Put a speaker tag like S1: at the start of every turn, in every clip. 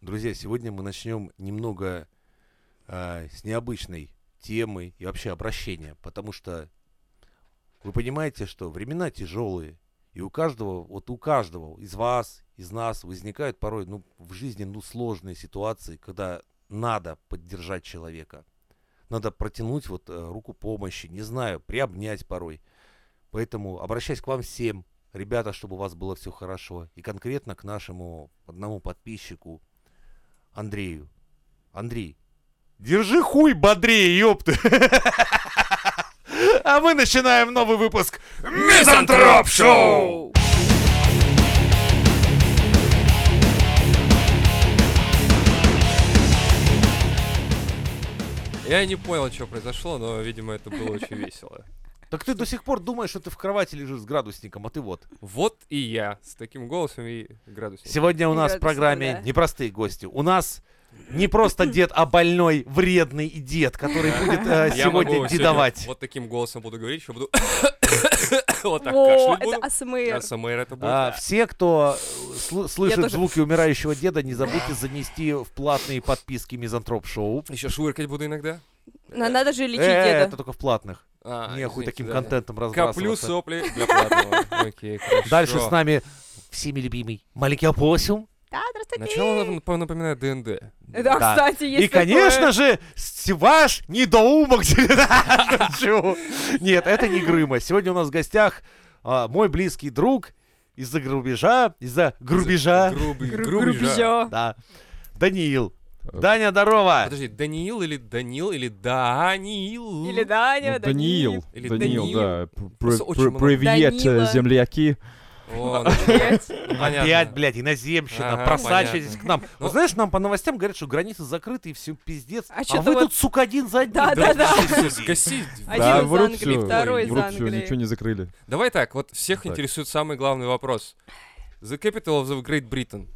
S1: Друзья, сегодня мы начнем немного а, с необычной темы и вообще обращения, потому что вы понимаете, что времена тяжелые, и у каждого, вот у каждого из вас, из нас возникают порой ну, в жизни ну, сложные ситуации, когда надо поддержать человека. Надо протянуть вот э, руку помощи, не знаю, приобнять порой. Поэтому обращаюсь к вам всем, ребята, чтобы у вас было все хорошо. И конкретно к нашему одному подписчику Андрею. Андрей, держи хуй бодрее, ёпты! А мы начинаем новый выпуск Мизантроп Шоу!
S2: Я не понял, что произошло, но, видимо, это было очень весело.
S1: Так ты до сих пор думаешь, что ты в кровати лежишь с градусником, а ты вот.
S2: Вот и я с таким голосом и градусом.
S1: Сегодня у нас в
S3: Градусом,
S1: программе
S3: да.
S1: непростые гости. У нас не просто дед, а больной, вредный и дед, который будет э,
S2: Я могу
S1: сегодня дедовать.
S2: Вот таким голосом буду говорить, что буду... Вот так
S3: Во,
S2: кашлять
S3: это
S2: буду.
S3: АСМР.
S2: АСМР это
S1: А,
S2: будет.
S1: все, кто э, сл- слышит
S3: тоже.
S1: звуки умирающего деда, не забудьте занести в платные подписки Мизантроп Шоу.
S2: Еще швыркать буду иногда.
S3: На- Надо же лечить
S1: Э,
S3: деда.
S1: это только в платных.
S2: А,
S1: Нехуй
S2: извините,
S1: таким
S2: да.
S1: контентом
S2: Коплю
S1: разбрасываться.
S2: сопли для платного. Окей, хорошо.
S1: Дальше с нами всеми любимый маленький опосиум.
S3: Да, здравствуйте.
S2: Начало нап- напоминает ДНД.
S3: Да,
S1: Да.
S3: кстати, есть
S1: И, конечно же, с- ваш недоумок. Шучу. Нет, это не Грыма. Сегодня у нас в гостях а, мой близкий друг из-за грубежа, из-за грубежа,
S2: Грубый,
S3: такое. Гру-
S2: грубежа.
S3: грубежа.
S1: да, Даниил. Даня, здорово.
S2: Э, Подожди, Даниил или Данил или Даниил?
S3: Или Даня,
S4: Ну, Даниил.
S2: Или
S4: Даниил,
S2: Даниил.
S4: да. Пр-
S2: Просто
S4: пр-
S2: очень
S4: пр-
S2: много.
S4: Привет, э,
S3: Данила.
S4: земляки.
S2: О,
S3: Привет.
S2: ну, понятно.
S1: Опять, блядь, иноземщина,
S2: Ага,
S1: просачивайтесь к нам.
S2: Ну-
S1: Вот знаешь, нам по новостям говорят, что границы закрыты и все пиздец.
S3: А
S1: А
S3: чё-то
S1: вы
S3: вот-
S1: тут, сука, один за одним.
S3: Да, да, да.
S2: Всё, скосить.
S3: Один
S4: да,
S3: из
S4: врут
S3: Англии,
S4: всё,
S3: второй из
S4: врут всё,
S3: Англии.
S4: ничего не закрыли.
S2: Давай так, вот всех
S4: Так.
S2: интересует самый главный вопрос. The capital of the Great Britain.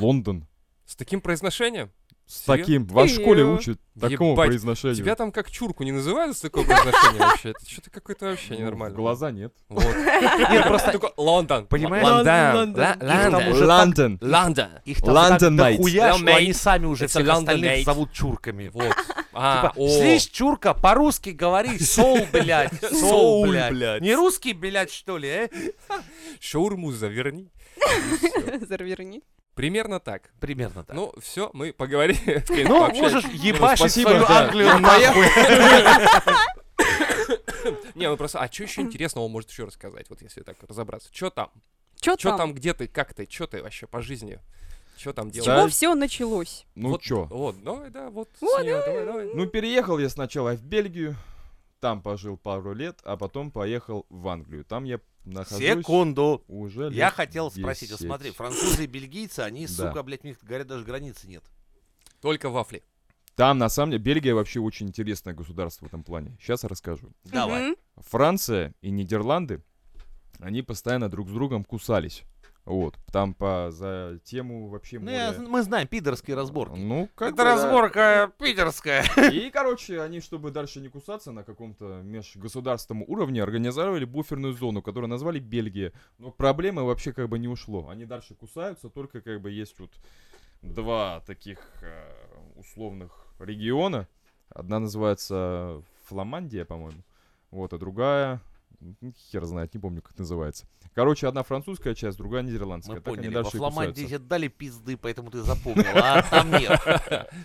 S4: Лондон.
S2: С таким произношением?
S4: С
S2: Серьё-
S4: таким. Вас в школе
S3: Ё.
S4: учат такому
S2: Ебать,
S4: произношению.
S2: Тебя там как чурку не называют с такое произношение вообще? Это что-то какое-то вообще
S4: Ну,
S2: ненормально.
S4: Глаза нет.
S2: Вот.
S1: Нет, просто
S2: Такой Лондон.
S1: Понимаешь?
S2: Лондон.
S3: Лондон.
S2: Ла-
S1: Их там
S2: Лондон.
S1: уже
S4: Лондон.
S2: Лондон.
S1: их там так
S4: London, mate.
S1: дохуя, что
S2: Well,
S1: они
S2: mate.
S1: сами уже
S2: It's
S1: всех
S2: London,
S1: остальных
S2: mate.
S1: зовут чурками.
S2: Вот. А,
S1: Типа,
S2: о.
S1: слышь, чурка, по-русски говори, сол, блядь, сол,
S2: Соул,
S1: блядь.
S2: блядь.
S1: Не русский, блядь, что ли, э?
S2: Шаурму заверни.
S3: Заверни.
S2: Примерно так.
S1: Примерно так.
S2: Ну, все, мы поговорили.
S1: Ну,
S2: Пообщались.
S1: можешь ебашить
S4: спасибо,
S1: свою
S4: да.
S1: Англию нахуй.
S2: Не, ну просто, а что еще интересного может еще рассказать, вот если так разобраться? Что там?
S3: Чё
S2: Что
S3: там?
S2: там, где ты, как ты, что ты вообще по жизни? Что там
S3: С
S2: делаешь?
S3: чего
S4: Да.
S3: все началось?
S4: Ну
S2: вот,
S4: чё?
S2: Вот, ну да, вот. с
S3: Вот,
S2: неё, давай, давай.
S4: Ну, переехал я сначала в Бельгию, там пожил пару лет, а потом поехал в Англию. Там я нахожусь
S1: Секунду.
S4: уже
S1: Я
S4: лет
S1: хотел спросить, вот
S4: 10.
S1: смотри, французы и бельгийцы, они,
S4: Да.
S1: сука, блядь, у них, говорят, даже границы нет.
S2: Только вафли.
S4: Там, на самом деле, Бельгия вообще очень интересное государство в этом плане. Сейчас расскажу.
S1: Давай.
S3: Мгм. Ну,
S4: Франция и Нидерланды, они постоянно друг с другом кусались. Вот, там по за тему вообще
S1: Ну,
S4: моря.
S1: я- мы знаем, пидорские разборки.
S4: Ну, как
S1: Это
S4: бы, да.
S1: разборка питерская.
S4: И, короче, они, чтобы дальше не кусаться на каком-то межгосударственном уровне, организовали буферную зону, которую назвали Бельгия. Но проблемы вообще как бы не ушло. Они дальше кусаются, только как бы есть вот два таких э, условных региона. Одна называется Фламандия, по-моему. Вот, а другая... м, Хер знает, не помню, как называется. Короче, одна французская часть, другая нидерландская.
S1: Мы
S4: Так они
S1: поняли, во
S4: дальше и
S1: Фламандии
S4: кусаются.
S1: тебе дали пизды, поэтому ты запомнил, а там нет.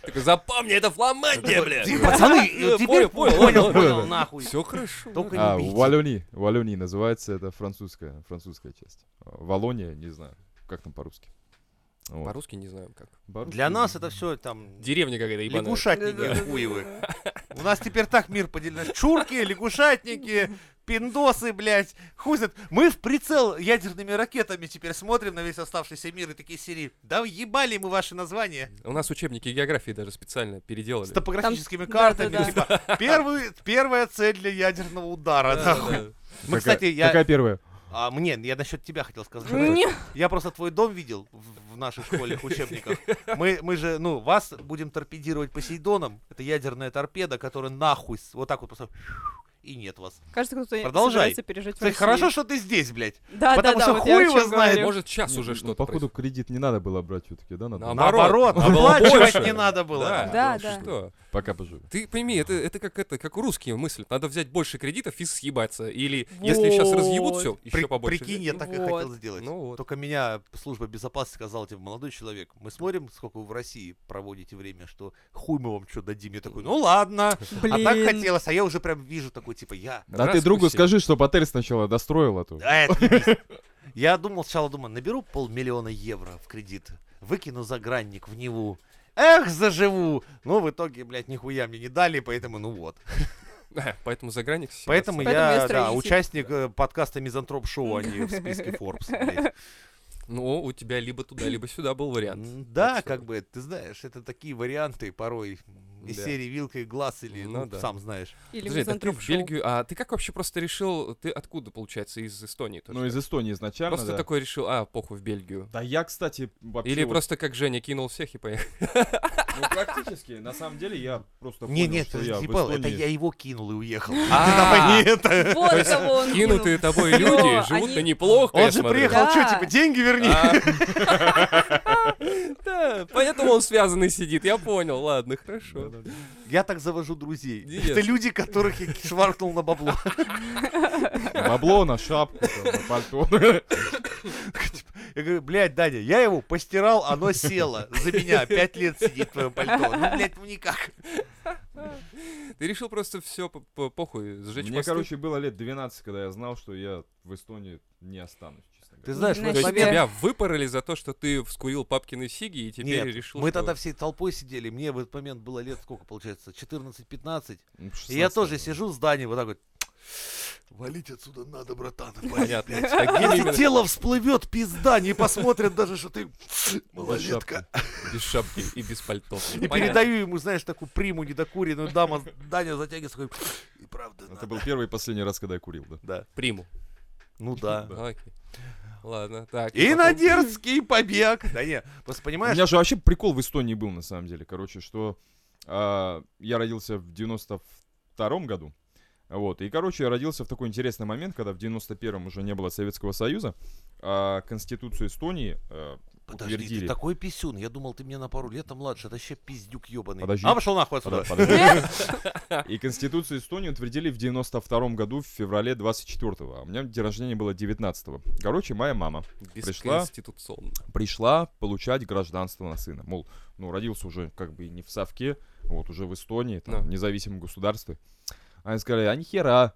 S2: Такой, запомни, это Фламандия, бля.
S1: Ты, Пацаны,
S2: Э,
S1: теперь
S2: понял, понял,
S1: понял,
S2: понял.
S1: понял, нахуй.
S2: Все хорошо.
S1: Только не
S4: А,
S1: бейте.
S4: Валюни, Валюни называется, это французская, французская часть. А, Валония, не знаю, как там по-русски. Вот.
S2: По-русски не знаю как.
S4: По-русски
S1: Для
S4: не
S1: нас
S4: знаю.
S1: это все там
S2: Деревня какая-то ебаная.
S1: лягушатники хуевы. У нас теперь так мир поделен. Чурки, лягушатники, пиндосы, блядь. Хуй знает. Мы в прицел ядерными ракетами теперь смотрим на весь оставшийся мир и такие серии. Да ебали мы ваши названия.
S2: У нас учебники географии даже специально переделали.
S1: С топографическими
S3: Там-
S1: картами.
S3: да-да-да.
S1: Типа, первый- первая цель для ядерного удара.
S2: Да,
S1: нахуй.
S2: да.
S1: Мы,
S4: Какая-
S1: кстати, я...
S4: Какая первая?
S1: А, мне, я насчет тебя хотел сказать.
S3: Не,
S1: Я просто твой дом видел в, в наших школьных учебниках. Мы, мы же, ну, вас будем торпедировать Посейдоном. Это ядерная торпеда, которая нахуй с- вот так вот просто и нет вас.
S3: Кажется, кто-то
S1: Продолжай.
S3: собирается пережить в
S1: Кстати,
S3: России.
S1: хорошо, что ты здесь, блядь.
S3: Да,
S1: потому
S3: да,
S1: что
S3: да, вот
S1: хуй
S3: я о
S1: его
S3: чем
S1: знает.
S3: говорю.
S2: Может, сейчас А уже что-то
S4: ну, Походу,
S2: происходит.
S4: кредит не надо было брать все-таки, да? Надо.
S2: Нам-
S4: было.
S1: Наоборот,
S2: Наоборот, а было
S1: оплачивать
S2: больше.
S1: не надо было.
S3: Да,
S2: ты
S3: да.
S2: Что?
S4: Пока поживу.
S2: Ты пойми, это, это как это, как у русские мыслят. Надо взять больше кредитов и съебаться. Или если сейчас разъебут все,
S1: При-
S2: еще побольше.
S1: прикинь,
S2: взять.
S1: я
S3: Ну
S1: так и
S3: вот.
S1: хотел сделать.
S2: Ну вот.
S1: Только меня служба безопасности сказала, типа, молодой человек, мы смотрим, сколько вы в России проводите время, что хуй мы вам что дадим. Я такой, ну ладно.
S3: Блин.
S1: А так хотелось, а я уже прям вижу такой, типа, я...
S4: Да
S2: Раз
S4: А ты другу
S2: укусили.
S4: скажи, что отель сначала достроил, а то...
S1: А, это ебись. Я думал, сначала думаю, наберу полмиллиона евро в кредит, выкину загранник в Неву. Эх, заживу! Но в итоге, блядь, нихуя мне не дали, поэтому ну вот.
S2: Да, Поэтому заграник.
S1: Поэтому,
S3: Поэтому
S1: я,
S3: я
S1: да,
S3: строитель.
S1: участник э, подкаста Мизантроп Шоу, а не в списке Forbes. блядь.
S2: Ну, у тебя либо туда, либо сюда был вариант.
S1: М,
S2: Так
S1: Да,
S2: что-
S1: как бы, ты знаешь, это такие варианты порой м, из
S2: Да.
S1: серии «Вилкой глаз» или,
S2: Ну
S1: ну,
S2: да.
S1: сам знаешь.
S2: Подожди,
S3: Или
S2: да ты
S3: мизантроп
S2: в
S3: шоу.
S2: Бельгию, а ты как вообще просто решил, ты откуда, получается, из Эстонии? тоже?
S4: Ну, из Эстонии изначально,
S2: просто
S4: да.
S2: такой решил, а, похуй, в Бельгию.
S4: Да я, кстати, вообще...
S2: Или
S4: вот-
S2: просто как Женя кинул всех и поехал.
S4: Ну, практически, на самом деле, я просто
S1: Не,
S4: понял,
S1: нет,
S4: что я в
S1: ебал, это
S4: Эстонии-
S1: я его кинул и уехал.
S2: А,
S1: Ты давай не это.
S3: Вот кого он кинул.
S2: Кинутые тобой
S3: Всё,
S2: люди живут-то
S3: Ну, они-
S2: неплохо, я
S1: Он же
S2: смотрю.
S1: приехал, что,
S3: Да.
S1: типа, деньги верни?
S2: А. Да, поэтому Ну, он связанный сидит, я понял, ладно, хорошо.
S4: Да-да-да.
S1: Я так завожу друзей.
S2: Нет.
S1: Это люди, которых я шваркнул на бабло.
S4: На Бабло на шапку, там, на пальто.
S1: Я говорю, блядь, Даня, я его постирал, оно село. За меня пять лет сидит твое пальто. Ну, блядь, ну никак.
S2: Ты решил просто все похуй сжечь
S4: Мне,
S2: мосты?
S4: короче, было лет 12, когда я знал, что я в Эстонии не останусь, честно
S1: Ты
S4: говоря.
S1: знаешь,
S2: То
S1: мы,
S3: Значит,
S2: есть
S3: тебе-
S2: тебя выпороли за то, что ты вскурил папкины сиги и теперь
S1: Нет,
S2: решил,
S1: мы
S2: что-
S1: тогда всей толпой сидели. Мне в этот момент было лет сколько, получается, 14-15. И
S4: Ну,
S1: я
S4: 16,
S1: тоже
S4: наверное.
S1: сижу с Даней вот так вот. Валить отсюда надо, братан. валить,
S2: Понятно.
S1: блядь.
S2: Такими
S1: Если
S2: именно-
S1: тело всплывет, пизда, не посмотрят даже, что ты малолетка.
S2: Без шапки и без пальто.
S1: И передаю ему, знаешь, такую приму недокуренную даму. Даня затягивается, такой, и правда
S4: Это
S1: надо».
S4: был первый и последний раз, когда я курил, да.
S1: Да.
S2: Приму.
S1: Ну да.
S4: Да.
S2: Окей. Ладно, так.
S1: И
S2: потом-
S1: на дерзкий побег. Да не, просто
S4: У
S1: понимаешь,
S4: меня же вообще прикол в Эстонии был, на самом деле. Короче, что а, я родился в 92-м году. Вот. И, короче, я родился в такой интересный момент, когда в 91-м уже не было Советского Союза, а Конституцию Эстонии э,
S1: подожди,
S4: утвердили.
S1: ты такой писюн. Я думал, ты мне на пару лет младше. Это вообще пиздюк ебаный.
S4: Подожди.
S1: А пошел нахуй отсюда.
S4: Подо- подожди. И Конституцию Эстонии утвердили в 92-м году в феврале 24-го. А у меня день рождения было 19-го. Короче, моя мама пришла.
S2: Бесконституционно.
S4: пришла получать гражданство на сына. Мол, ну, родился уже как бы и не в Совке, вот уже в Эстонии, там,
S2: Да.
S4: в независимом государстве. Они сказали, а нихера,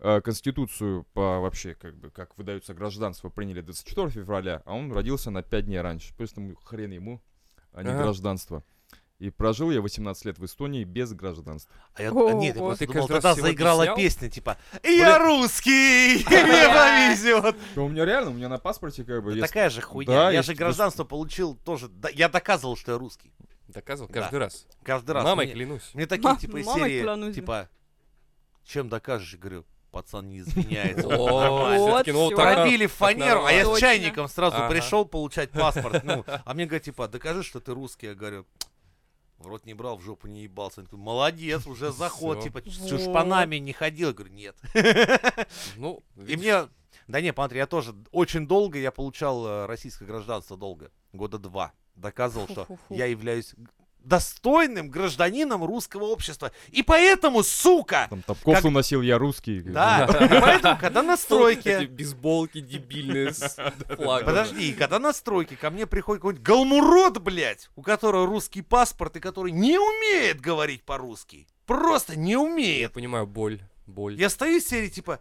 S4: э, Конституцию по вообще, как бы, как выдаются гражданство, приняли 24 февраля, а он родился на 5 дней раньше. Поэтому хрен ему, а не
S2: Ага.
S4: гражданство. И прожил я 18 лет в Эстонии без гражданства.
S1: А я,
S3: О,
S1: а нет, я
S3: вот.
S1: просто
S2: Ты
S1: думал,
S2: каждый раз
S1: тогда
S2: всего
S1: заиграла
S2: объяснял?
S1: песня, типа «Я русский, мне повезет».
S4: Да у меня реально, у меня на паспорте как бы
S1: Да
S4: есть...
S1: Такая же хуйня.
S4: Да,
S1: Я
S4: есть
S1: же
S4: просто-
S1: гражданство получил тоже. да, Я доказывал, что я русский.
S2: Доказывал
S1: Да.
S2: каждый раз.
S1: Каждый раз.
S2: Мамой
S1: мне-
S2: клянусь.
S1: Мне такие,
S3: Ма-
S1: типа, из
S3: мамой
S1: серии,
S3: клянусь.
S1: типа, чем докажешь? Я Говорю, пацан не извиняется.
S2: О,
S1: нормально».
S2: всё-таки, ну,
S3: всё.
S2: так-
S1: Пробили в фанеру, а я с
S2: Ну,
S3: Точно.
S1: чайником сразу
S2: Ага.
S1: пришел получать паспорт. Ну, а мне говорят, типа, докажи, что ты русский. Я говорю, в рот не брал, в жопу не ебался. Они такие, молодец, уже заход,
S2: Всё.
S1: типа, с
S3: Вот.
S1: шпанами не ходил. Я говорю, нет.
S2: Ну,
S1: И
S2: видишь,
S1: мне, да не, смотри, я тоже очень долго, я получал э, российское гражданство долго, года два. Доказывал, что
S3: Фу-фу-фу.
S1: я являюсь г- достойным гражданином русского общества. И поэтому, сука,
S4: Там топков
S1: Как-
S4: уносил я русский.
S1: да, и поэтому, когда на
S2: эти
S1: стройке,
S2: бейсболки дебильные с флагом.
S1: подожди, когда на стройке ко мне приходит какой-нибудь галмурод, блядь, у которого русский паспорт и который не умеет говорить по-русски, просто не
S2: Я
S1: умеет.
S2: понимаю, боль, боль.
S1: Я стою в серии типа,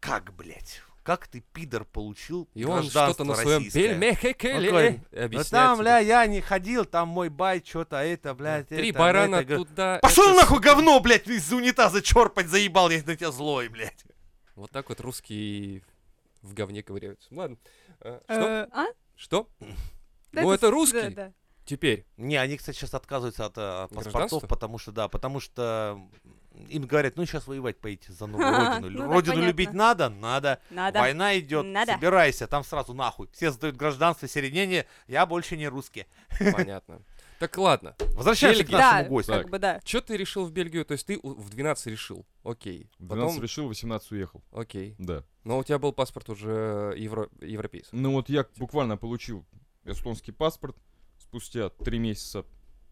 S1: как, блядь, как ты, пидор, получил
S2: И он
S1: гражданство
S2: что-то на своем
S1: российское?»
S2: пельмехекеле
S1: Такой, Ну там, бля,
S2: объясняет.
S1: я не ходил, там мой бай, что-то это, блядь,
S2: тебе. Три
S1: это,
S2: барана
S1: это». Я говорю,
S2: туда.
S1: Пошел
S2: это-
S1: нахуй говно, блядь, из унитаза черпать, заебал, я на тебя злой, блядь.
S2: Вот так вот русские в говне ковыряются. Ладно. Э, Что?
S3: Э, а?
S2: Что?
S3: Да
S2: Ну, это
S3: с-
S2: русский.
S3: да, да.
S2: Теперь.
S1: Не, они, кстати, сейчас отказываются от, э, от паспортов,
S2: Гражданства?
S1: потому что, да, потому что м, им говорят, ну сейчас воевать поедете за новую родину.
S3: Ну, так
S1: родину
S3: понятно.
S1: любить надо? Надо.
S3: Надо.
S1: Война идет,
S3: Надо.
S1: собирайся, там сразу нахуй. Все сдают гражданство, середнение, я больше не русский.
S2: Понятно. Так ладно.
S1: Возвращаемся к
S2: Бельгия.
S1: нашему
S3: да,
S1: гостю.
S3: как бы да.
S2: Что ты решил в Бельгию? То есть ты у- в 12 решил. Окей.
S4: 12
S2: Потом...
S4: решил, 18 уехал.
S2: Окей.
S4: Да.
S2: Но у тебя был паспорт уже евро... европейский.
S4: Ну вот
S1: Типа.
S4: я буквально получил эстонский паспорт. Спустя три месяца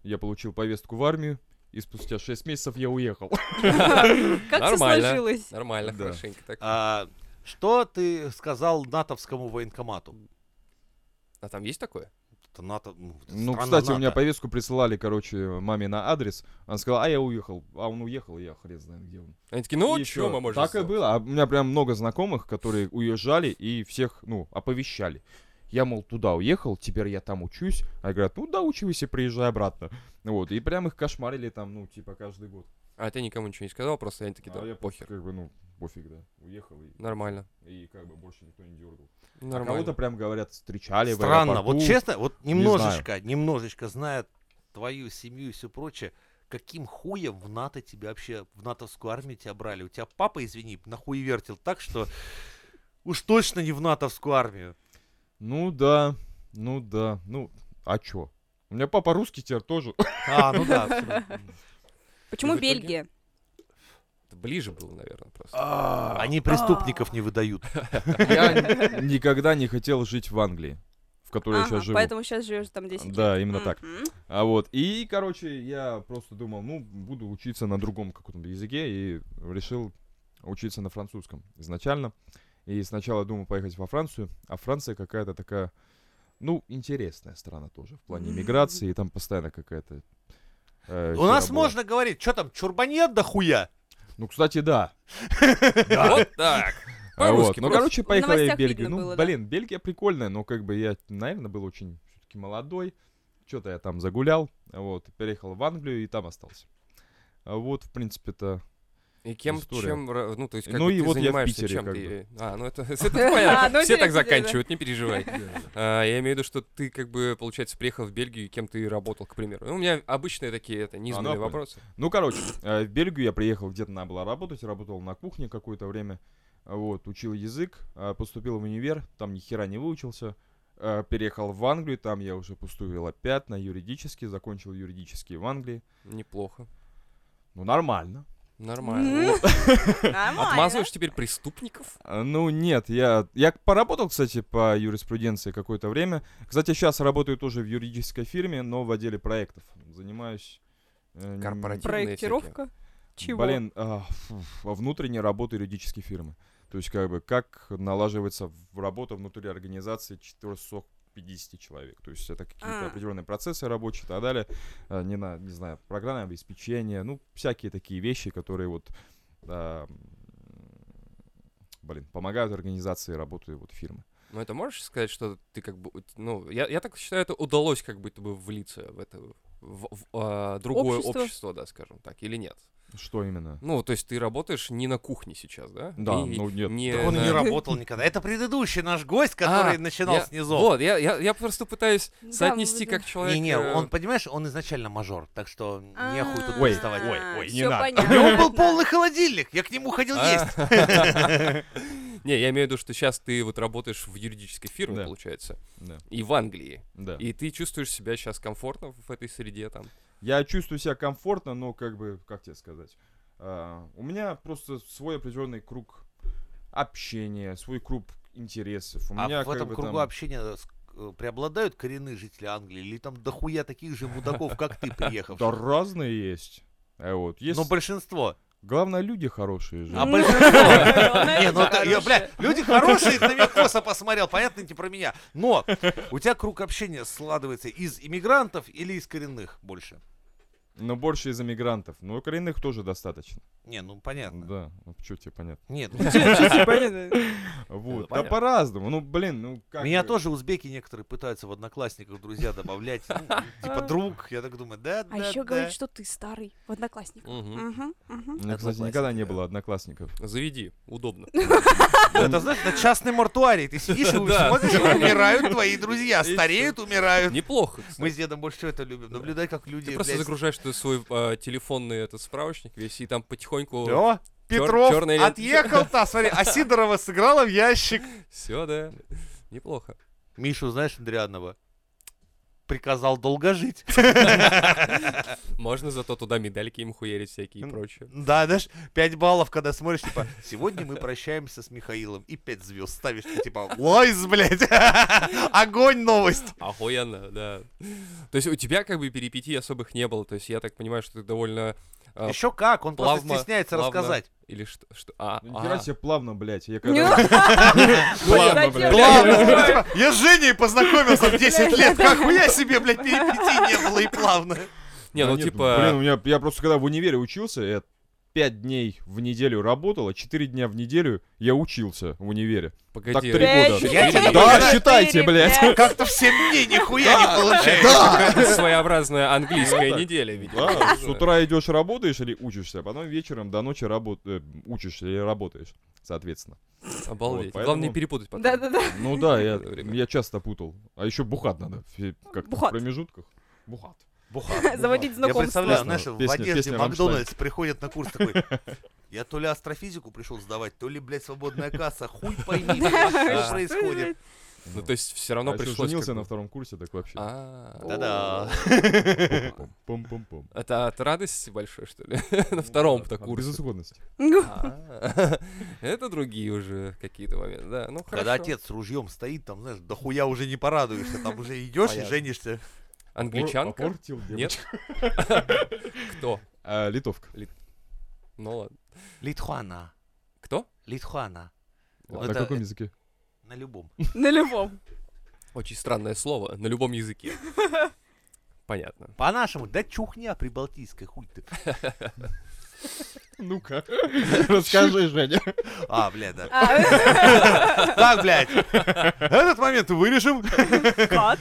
S4: я получил повестку в армию. И спустя 6 месяцев я уехал.
S3: Как все
S2: Нормально.
S3: сложилось?
S2: Нормально,
S4: Да.
S2: хорошенько. Так. А...
S1: А, что ты сказал натовскому военкомату?
S2: А там есть такое?
S1: Это НАТО, ну, это
S4: Ну,
S1: страна
S4: кстати, у меня
S1: НАТО.
S4: повестку присылали, короче, маме на адрес. Она сказала, а я уехал. А он уехал, и я хрен знает, где он.
S2: Они такие, ну,
S4: И
S2: чё мы
S4: всё.
S2: можем
S4: Так и
S2: сделать?
S4: было. А у меня прям много знакомых, которые уезжали и всех, ну, оповещали. Я, мол, туда уехал, теперь я там учусь. А говорят, ну, доучивайся, приезжай обратно. Вот, и прям их кошмарили там, ну, типа, каждый год.
S2: А ты никому ничего не сказал, просто они такие,
S4: А
S2: да,
S4: я
S2: похер.
S4: Как бы, ну, пофиг, да. Уехал и,
S2: Нормально.
S4: и как бы больше никто не дергал. А
S2: Нормально.
S4: кого-то прям, говорят, встречали в
S1: Странно, вот
S4: аэропорту.
S1: честно, вот
S4: знаю.
S1: немножечко, немножечко зная твою семью и все прочее, каким хуем в НАТО тебя вообще, в натовскую армию тебя брали? У тебя папа, извини, нахуй вертел так, что уж точно не в натовскую армию.
S4: Ну да, ну да, ну а чё? У меня папа русский теперь тоже.
S1: А, ну да. всё.
S2: И
S3: Почему
S2: в итоге?
S3: Бельгия?
S2: Это Ближе было, наверное, просто.
S4: А.
S1: Они преступников не выдают.
S4: Я н- никогда не хотел жить в Англии, в которой я
S3: Ага,
S4: сейчас живу.
S3: поэтому сейчас живешь там 10 лет.
S4: Да, именно так.
S3: Мгм.
S4: А вот, и, короче, я просто думал, ну, буду учиться на другом каком-то языке, и решил учиться на французском изначально. И сначала думал поехать во Францию, а Франция какая-то такая, ну, интересная страна тоже в плане миграции, и там постоянно какая-то... э,
S1: У нас
S4: херобора.
S1: можно говорить, что там, чурбанет до хуя?
S4: Ну, кстати, да.
S2: Вот так.
S4: А вот,
S2: По-русски
S4: Ну,
S2: просто.
S4: короче,
S3: В
S4: поехал я в
S3: новостях
S4: Бельгию.
S3: видно
S4: Ну,
S3: было, да.
S4: блин, Бельгия прикольная, но как бы я, наверное, был очень все-таки молодой. Что-то я там загулял, вот, переехал в Англию и там остался. А Вот, в принципе-то.
S2: И кем,
S4: история.
S2: чем, ра- ну, то есть, как
S4: Ну
S2: бы
S4: и
S2: ты
S4: вот я в
S2: занимаешься,
S4: Питере
S2: чем
S4: как
S2: ты...
S4: бы.
S2: А, ну это, это понятно,
S3: ну
S2: все так
S3: интересно, да.
S2: заканчивают, не переживай. А, Я имею в виду, что ты, как бы, получается, приехал в Бельгию, и кем ты работал, к примеру. Ну, У меня обычные такие, это, низменные
S4: А, понял.
S2: вопросы.
S4: Ну, короче, э, в Бельгию я приехал, где-то надо было работать, работал на кухне какое-то время, а вот, учил язык, а, поступил в универ, там ни хера не выучился, а, переехал в Англию, там я уже поступил опять на юридический, закончил юридический в Англии.
S2: Неплохо.
S4: Ну, нормально.
S2: Нормально. Вот.
S3: Нормально.
S2: Отмазываешь теперь преступников?
S4: А, Ну нет, я, я поработал, кстати, по юриспруденции какое-то время. Кстати, сейчас работаю тоже в юридической фирме, но в отделе проектов. Занимаюсь... э, н-
S2: Корпоративные
S3: Проектировка? Чего?
S4: Блин, а, фу, фу, внутренняя работа юридической фирмы. То есть, как бы, как налаживается в- работа внутри организации 450 человек. То есть, это какие-то
S3: А.
S4: определенные процессы рабочие и так далее. А, Не, на, не знаю, программное обеспечение, ну, всякие такие вещи, которые вот, а, м, блин, помогают организации работы вот фирмы.
S2: Ну, это можешь сказать, что ты как бы... ут- Ну, я, я так считаю, это удалось как будто бы влиться в это... В, в, а, другое
S3: Общество.
S2: общество, да, скажем так, или нет?
S4: Что именно?
S2: Ну, то есть ты работаешь не на кухне сейчас, да?
S4: Да,
S2: И-
S4: ну, нет.
S2: Не
S1: Так Он и не
S2: на-
S1: работал никогда. Это предыдущий наш гость, который
S2: А,
S1: начинал
S2: я-
S1: снизу.
S2: Вот, я, я, я просто пытаюсь
S3: Да,
S2: соотнести
S3: мы-
S2: как человек...
S1: Не-не,
S2: э,
S1: он, понимаешь, он изначально мажор, так что нехуй тут
S4: Ой,
S1: приставать.
S4: ой, ой, не
S3: А, всё
S4: надо.
S1: У него был
S3: понятно.
S1: полный холодильник, я к нему ходил
S2: а.
S1: есть.
S2: Не, я имею в виду, что сейчас ты вот работаешь в юридической фирме,
S4: Да.
S2: получается,
S4: Да,
S2: и в Англии.
S4: да.
S2: И ты чувствуешь себя сейчас комфортно в этой среде там.
S4: Я чувствую себя комфортно, но как бы, как тебе сказать, а, у меня просто свой определенный круг общения, свой круг интересов. У
S1: А
S4: меня
S1: в
S4: как
S1: этом
S4: бы,
S1: кругу
S4: там-
S1: общения с- э, преобладают коренные жители Англии или там дохуя таких же мудаков, как ты,
S4: Да
S1: приехавших?
S4: разные есть. А вот, есть...
S1: Но большинство.
S4: Главное, люди хорошие же.
S1: А
S3: Ну,
S1: большинство.
S3: наверное,
S1: Не, ну это, я,
S3: хорошее.
S1: бля, люди хорошие, ты на меня косо посмотрел, понятно, не про меня. Но у тебя круг общения складывается из иммигрантов или из коренных больше?
S4: Но больше из эмигрантов. Но коренных тоже достаточно.
S1: Не, ну понятно.
S4: Да, ну чё тебе понятно.
S1: Нет, ну,
S3: Чё- чё тебе понятно?
S4: Вот, да
S1: понятно.
S4: по-разному. Ну, блин, ну как...
S1: Меня
S4: бы-
S1: тоже узбеки некоторые пытаются в одноклассниках друзья добавлять, ну, типа друг. Я так думаю, да, да,
S3: А еще
S1: да.
S3: говорят, что ты старый, в одноклассник.
S2: Мгм.
S3: Мгм, мгм.
S4: У меня, кстати,
S1: Одноклассники,
S4: никогда не
S1: да.
S4: было одноклассников.
S2: Заведи, удобно.
S1: Да, Ну, Это, знаешь, это частный мортуарий. Ты сидишь и
S2: Да.
S1: смотришь, и умирают твои друзья,
S2: И
S1: стареют, умирают.
S2: Неплохо. кстати.
S1: Мы с дедом больше всего это любим. Наблюдать, как люди...
S2: Ты просто
S1: блядь,
S2: загружаешь туда свой э, телефонный этот справочник весь, и там потихоньку...
S1: О, Петров
S2: чёрный лен-
S1: отъехал, та, смотри, а Сидорова сыграла в ящик.
S2: Все, да. Неплохо.
S1: Мишу знаешь Андрианова? приказал долго жить.
S2: Можно зато туда медальки им хуерить всякие и
S1: М.
S2: прочее.
S1: Да, знаешь, 5 баллов, когда смотришь, типа, сегодня мы прощаемся с Михаилом, и 5 звезд ставишь, ты типа, лайс, блядь, огонь новость.
S2: Охуенно, да. То есть у тебя как бы перипетий особых не было. То есть я так понимаю, что ты довольно... а,
S1: Еще как, он просто
S2: плавно-
S1: стесняется
S2: плавно.
S1: рассказать.
S2: Или что? что а,
S4: Ну, нихера
S2: а.
S4: себе плавно, блядь. Я
S3: Ну,
S4: когда... Плавно,
S3: зачем?
S4: блядь.
S1: Плавно,
S3: Я
S1: знаешь, типа, я с Женей познакомился в 10 лет,
S3: Да-да-да.
S1: как я себе, блядь, перипетий не было и плавно.
S2: Не,
S4: Да
S2: ну
S4: нет,
S2: типа...
S4: Блин, у меня, я просто когда в универе учился, я пять дней в неделю работал, а четыре дня в неделю я учился в универе.
S2: Погоди.
S4: так три
S2: Пять
S4: года.
S2: Я
S3: четыре,
S2: тебе-
S4: Да,
S3: четыре,
S4: считайте, блядь.
S3: пять.
S1: Как-то все дней нихуя не получается.
S2: Какая-то своеобразная английская
S4: так.
S2: неделя, видимо. не
S4: Да,
S2: знаю.
S4: А, с утра идешь работаешь или учишься, а потом вечером до ночи работ... э, учишься или работаешь, соответственно.
S2: Обалдеть.
S4: Вот, поэтому-
S2: Главное не перепутать потом.
S3: Да-да-да.
S4: Ну да, я,
S2: Это время.
S4: я часто путал. А еще бухать надо, фе- как в
S3: Бухать.
S4: промежутках. Бухать.
S3: Заводить
S1: Я
S3: знакомство.
S1: представляю,
S4: Песня,
S1: знаешь, в
S4: песня,
S1: одежде
S4: песня
S1: Макдональдс приходит на курс такой. Я то ли астрофизику пришел сдавать, то ли, блядь, свободная касса. Хуй пойми, что происходит.
S2: Ну, то есть все равно
S4: а ещё
S2: пришлось...
S4: женился
S2: как
S4: на
S2: бы-
S4: втором курсе, так вообще.
S2: А,
S1: Да-да.
S4: Пум-пум-пум.
S2: Это от радости большой, что ли? На втором-то
S4: От
S2: курсе.
S4: безысходности.
S3: Ну,
S2: А, Это другие уже какие-то моменты, да. Ну,
S1: Когда
S2: хорошо.
S1: отец с ружьем стоит, там, знаешь, дохуя уже не порадуешься. Там уже идешь и
S2: Понятно.
S1: женишься.
S2: Англичанка?
S4: Попортил
S2: Нет?
S4: девочку.
S2: Кто?
S4: А, Литовка.
S2: Ну ладно.
S1: Литхуана.
S2: Кто?
S1: Литхуана.
S4: На
S1: это-
S4: каком языке?
S1: На любом.
S3: на любом.
S2: Очень странное слово на любом языке. Понятно.
S1: По-нашему, да чухня прибалтийская, хуй ты.
S4: Ну-ка. Расскажи, Женя.
S1: А, блядь, да.
S3: А,
S1: Так, блядь. Этот момент вырежем.
S3: Кат.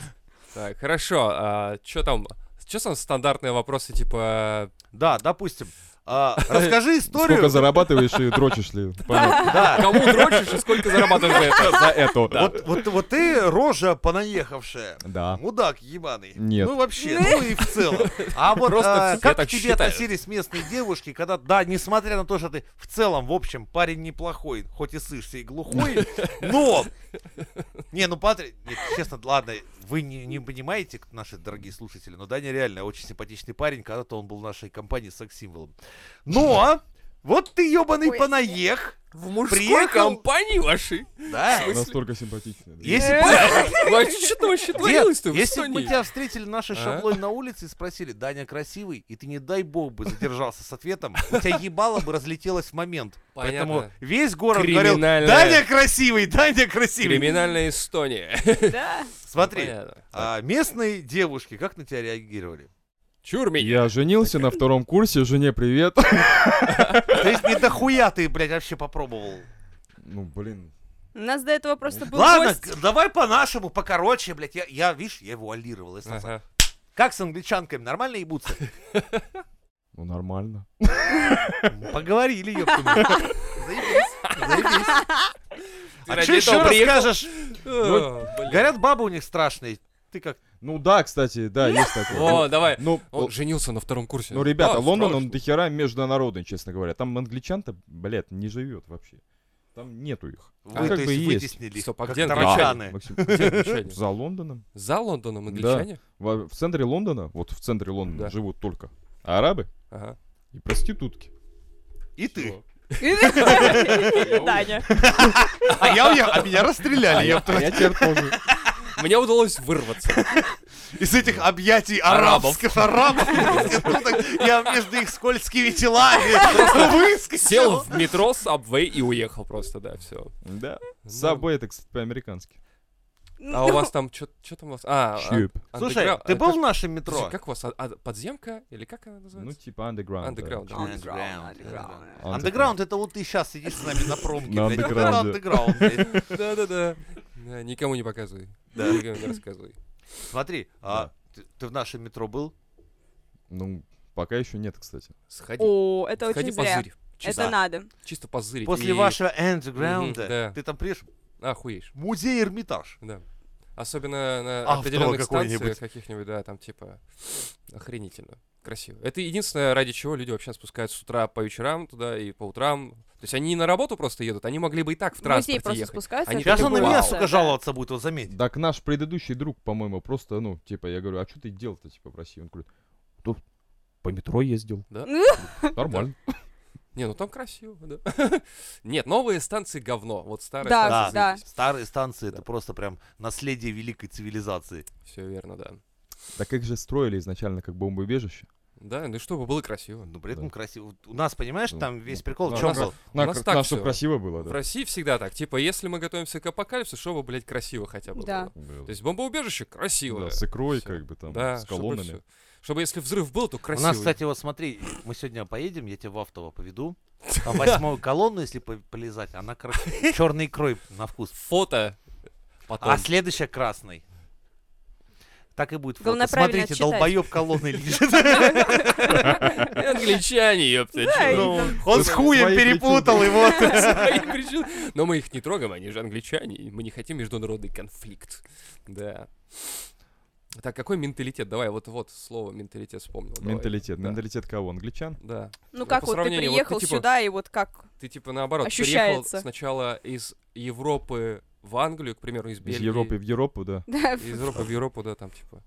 S2: Так, хорошо. А, чё там? Чё там стандартные вопросы, типа...
S1: Да, допустим. а, Расскажи
S4: Сколько
S1: историю.
S4: зарабатываешь и дрочишь ли? Понятно.
S1: Да.
S2: Кому дрочишь и сколько зарабатываешь за это?
S4: За это.
S1: Вот, вот, вот ты рожа понаехавшая.
S2: А.
S4: Да.
S1: Мудак ебаный.
S4: Нет.
S1: Ну вообще, ну и в целом. А вот
S2: Просто
S1: а,
S2: все
S1: как
S2: так
S1: к тебе
S2: считают.
S1: относились местные девушки, когда, да, несмотря на то, что ты в целом, в общем, парень неплохой, хоть и сышься и глухой, но... Не, ну, Патрик, нет, честно, ладно, вы не, не понимаете, к- наши дорогие слушатели, но Даня реально очень симпатичный парень, когда-то он был в нашей компании секс-символом. Но вот ты ебаный
S3: Ой.
S1: понаех,
S2: В мужской
S1: Приехал-
S2: компании вашей?
S1: да,
S4: Настолько симпатичная. да.
S1: если
S2: Э?
S1: бы
S2: Что там вообще творилось-то в
S1: Дед, если бы
S2: Эстонии?
S1: тебя встретили наши
S2: А?
S1: шаблой на улице и спросили, Даня красивый, и ты, не дай бог, бы задержался с ответом, у тебя ебало бы разлетелось в момент. Поэтому
S2: Понятно.
S1: весь город говорил,
S2: Криминальная-
S1: Даня красивый, Даня красивый.
S2: Криминальная Эстония.
S3: Да.
S1: Смотри,
S2: Понятно.
S1: а местные девушки как на тебя реагировали?
S2: Чур меня.
S4: Я женился на втором курсе, жене привет.
S1: То есть не дохуя ты, блядь, вообще попробовал.
S4: Ну, блин.
S3: У нас до этого просто был
S1: Ладно,
S3: гость.
S1: к- давай по-нашему, покороче, блядь. Я, я, видишь, я его аллировал. я сам-
S2: Ага.
S1: Как с англичанками, нормально ебутся?
S4: Ну, нормально.
S1: Поговорили, ёпту. Заебись, заебись.
S2: Ты
S1: А
S2: ради
S1: что еще
S2: этого приехал?
S1: расскажешь? Ну,
S2: А, блин.
S1: Говорят, бабы у них страшные. Ты как?
S4: Ну да, кстати, да, есть такое.
S2: О, давай.
S4: Ну,
S2: Он
S4: л-
S2: женился на втором курсе.
S4: ну, ребята,
S2: Да,
S4: Лондон,
S2: сразу
S4: он
S2: же.
S4: дохера международный, честно говоря. Там англичан-то, блядь, не живет вообще. Там нету их.
S2: А
S1: Вы,
S4: как
S1: то
S4: бы
S1: есть,
S4: есть.
S1: вытеснили их,
S2: Стоп, а
S1: как
S2: где
S1: тараканы.
S4: Максим,
S2: Где англичане?
S4: За Лондоном?
S2: За Лондоном
S4: Да.
S2: англичане?
S4: Во- В центре Лондона, вот в центре Лондона
S2: Да.
S4: живут только арабы
S2: Ага.
S4: и проститутки.
S1: И ты.
S3: Даня.
S1: А я уехал, а меня расстреляли. ёпта.
S4: А я теперь тоже.
S2: Мне удалось вырваться.
S1: Из этих объятий
S2: Арабов.
S1: арабских арабов. проституток, Я между их скользкими телами выскочил.
S2: Сел в метро, сабвей и уехал просто, да, все.
S4: Да.
S2: Ну.
S4: Subway, это, кстати, по-американски.
S2: А у вас там, что там у вас? А, а,
S4: Щуп.
S1: Слушай,
S2: underground-
S1: ты
S2: а,
S1: был
S2: как-
S1: в нашем
S2: подожди,
S1: метро?
S2: Как у вас? а- а, Подземка? Или как она
S4: Ну,
S2: называется?
S4: типа underground. да.
S2: Underground, да.
S1: Underground.
S3: Underground,
S4: underground.
S1: Underground это вот ты сейчас сидишь с нами на промке.
S4: На
S1: блядь. Вот это
S4: underground.
S1: underground, блядь.
S2: Да-да-да. Да, Никому не показывай.
S1: типа- Да.
S2: Никому не рассказывай.
S1: Смотри, а ты- ты в нашем метро был?
S4: Ну, пока еще нет, кстати.
S2: Сходи.
S3: О, это
S2: Сходи
S3: очень зря.
S2: позырь.
S3: Это надо.
S2: Чисто позырить.
S1: После
S2: и
S1: вашего
S2: Мгм, да.
S1: underground ты там приешь
S2: Охуеешь.
S1: музей Эрмитаж.
S2: Да. Особенно на
S1: Автора
S2: определенных станциях
S1: какой-нибудь.
S2: каких-нибудь, да, там типа охренительно красиво. Это единственное, ради чего люди вообще спускаются с утра по вечерам туда и по утрам. То есть они не на работу просто едут, они могли бы и так в
S3: Музей
S2: транспорте
S3: Ну, просто
S2: ехать.
S3: спускается.
S2: Они
S3: это
S1: Сейчас он на
S3: вау.
S1: меня,
S2: Да.
S1: сука, жаловаться будет, вот заметь.
S4: Так наш предыдущий друг, по-моему, просто, ну, типа, я говорю, а что ты делал-то, типа, в России? Он говорит, тут по метро ездил. Ну,
S2: Да.
S4: Нормально.
S2: Не, ну там красиво, да. Нет, новые станции говно. Вот старые
S3: Да,
S2: станции.
S3: да.
S1: Старые станции это
S2: Да.
S1: просто прям наследие великой цивилизации.
S2: Все верно, да.
S4: Так как же строили изначально как бомбоубежище?
S2: Да, ну и чтобы было красиво.
S1: Но при
S4: Да.
S1: этом красиво. Вот У нас, понимаешь,
S4: Ну,
S1: там весь прикол
S4: да.
S1: в
S4: У
S1: чем
S2: нас-
S1: был?
S4: На,
S2: нас
S4: как-
S2: так
S4: на, чтоб
S2: всё.
S4: красиво было,
S2: В
S4: да.
S2: России всегда так. Типа, если мы готовимся к апокалипсису, чтобы, блядь, красиво хотя бы
S3: Да.
S2: было.
S4: Было.
S2: То есть бомбоубежище красиво.
S4: Да, с икрой,
S2: Всё.
S4: как бы, там,
S2: Да,
S4: с
S2: чтобы
S4: колоннами.
S2: всё. Чтобы если взрыв был, то
S1: У
S2: красиво.
S1: нас, кстати, вот смотри, мы сегодня поедем, я тебя в автово поведу. Там восьмую колонну, если по- полезать, она черной икрой на вкус.
S2: Фото потом.
S1: А следующая красной. Так и будет фото.
S3: Главное, правильно
S1: Смотрите,
S3: отчитать.
S1: долбоеб колонны лежит.
S2: Англичане, ёпта,
S3: Да,
S2: чё.
S4: Ну,
S3: и там-
S1: Он с хуем
S4: Свои
S1: перепутал его.
S2: Свои причины. Но мы их не трогаем, они же англичане. и Мы не хотим международный конфликт. Да. Так, какой менталитет? Давай, вот-вот слово менталитет вспомнил. давай.
S4: Менталитет.
S2: Да.
S4: Менталитет кого? Англичан?
S2: Да.
S3: Ну как
S2: по
S3: вот ты
S2: сравнению, вот ты,
S3: приехал
S2: типа,
S3: сюда и вот как?
S2: Ты типа наоборот,
S3: Ощущается.
S2: приехал сначала из Европы в Англию, к примеру, из
S4: Из
S2: Бельгии.
S4: Европы в Европу, да.
S3: Да,
S2: Из Европы в Европу, да, там типа.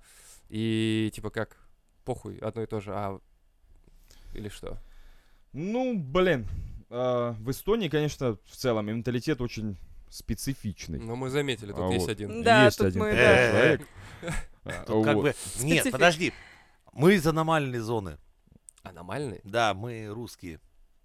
S2: И типа как? Похуй, одно и то же, а... Или что?
S4: Ну, блин. а, В Эстонии, конечно, в целом менталитет очень специфичный.
S2: Ну, мы заметили, тут
S4: А
S2: есть
S4: вот.
S2: один.
S3: Да,
S4: Есть
S3: тут
S4: один
S3: мы,
S4: такой
S1: да.
S4: человек. А,
S1: Тут как
S4: вот.
S1: бы... Нет,
S3: Специфика.
S1: подожди. Мы из аномальной зоны.
S2: Аномальный?
S1: Да, мы русские.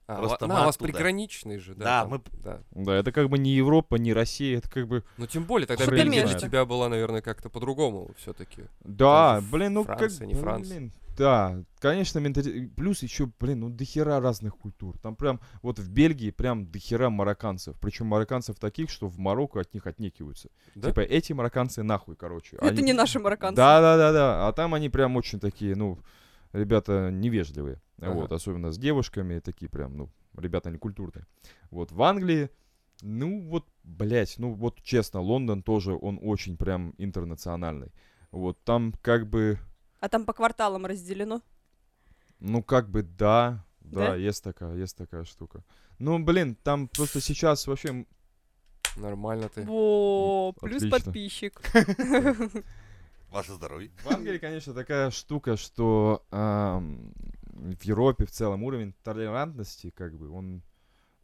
S2: А,
S1: Просто
S2: ва-
S1: мы
S2: на, у вас
S1: оттуда.
S2: приграничный же, да?
S1: Да,
S2: там,
S1: мы-
S2: Да.
S4: Да, это как бы не Европа, не Россия, это как бы...
S2: Ну, тем более, тогда
S4: Хрен
S2: Бельгия
S3: знает.
S2: для тебя была, наверное, как-то по-другому все таки
S4: Да,
S2: Тоже Ф-
S4: блин, ну
S2: Франция,
S4: как...
S2: не
S4: ну,
S2: Франция.
S4: блин, да, конечно, менталитет... Плюс еще, блин, ну дохера разных культур. Там прям, вот в Бельгии прям дохера марокканцев. Причем марокканцев таких, что в Марокко от них отнекиваются.
S2: Да?
S4: Типа, эти марокканцы нахуй, короче.
S3: это
S4: Они-
S3: не наши марокканцы.
S4: Да, да, да, да. А там они прям очень такие, ну, ребята невежливые.
S2: Ага.
S4: Вот, особенно с девушками, такие прям, ну, ребята некультурные. Вот в Англии, ну, вот, блядь, ну, вот честно, Лондон тоже, он очень прям интернациональный. Вот там как бы,
S3: А там по кварталам разделено.
S4: ну, как бы да, да,
S3: Да?
S4: есть такая, есть такая штука. Ну, блин, там просто сейчас вообще м,
S2: Нормально
S3: Э,
S2: ты.
S3: Во, плюс
S4: Отлично.
S3: подписчик.
S1: Ваше здоровье.
S4: В Англии, конечно, такая штука, что ам, в Европе в целом уровень толерантности, как бы, он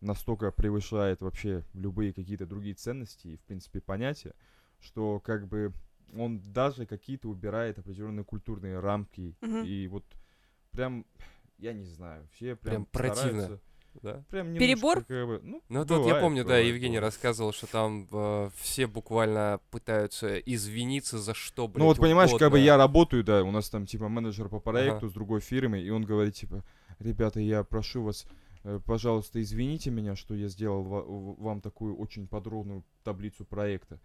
S4: настолько превышает вообще любые какие-то другие ценности и, в принципе, понятия, что, как бы, он даже какие-то убирает определенные культурные рамки.
S3: Мгм.
S4: И вот прям, я не знаю, все
S2: Прям
S4: прям
S2: противно.
S4: стараются.
S2: Да?
S4: Прям немножко
S3: Перебор?
S4: как бы, ну,
S2: Ну, это вот я
S4: бывает,
S2: помню, да,
S4: бывает,
S2: Евгений
S4: бывает.
S2: рассказывал, что там э, все буквально пытаются извиниться за что, блядь,
S4: Ну вот понимаешь, как бы
S2: угодно.
S4: я работаю, да, у нас там типа менеджер по проекту с другой фирмы, и он говорит типа, ребята, я прошу вас, э, пожалуйста, извините меня, что я сделал ва- в- вам такую очень подробную таблицу проекта.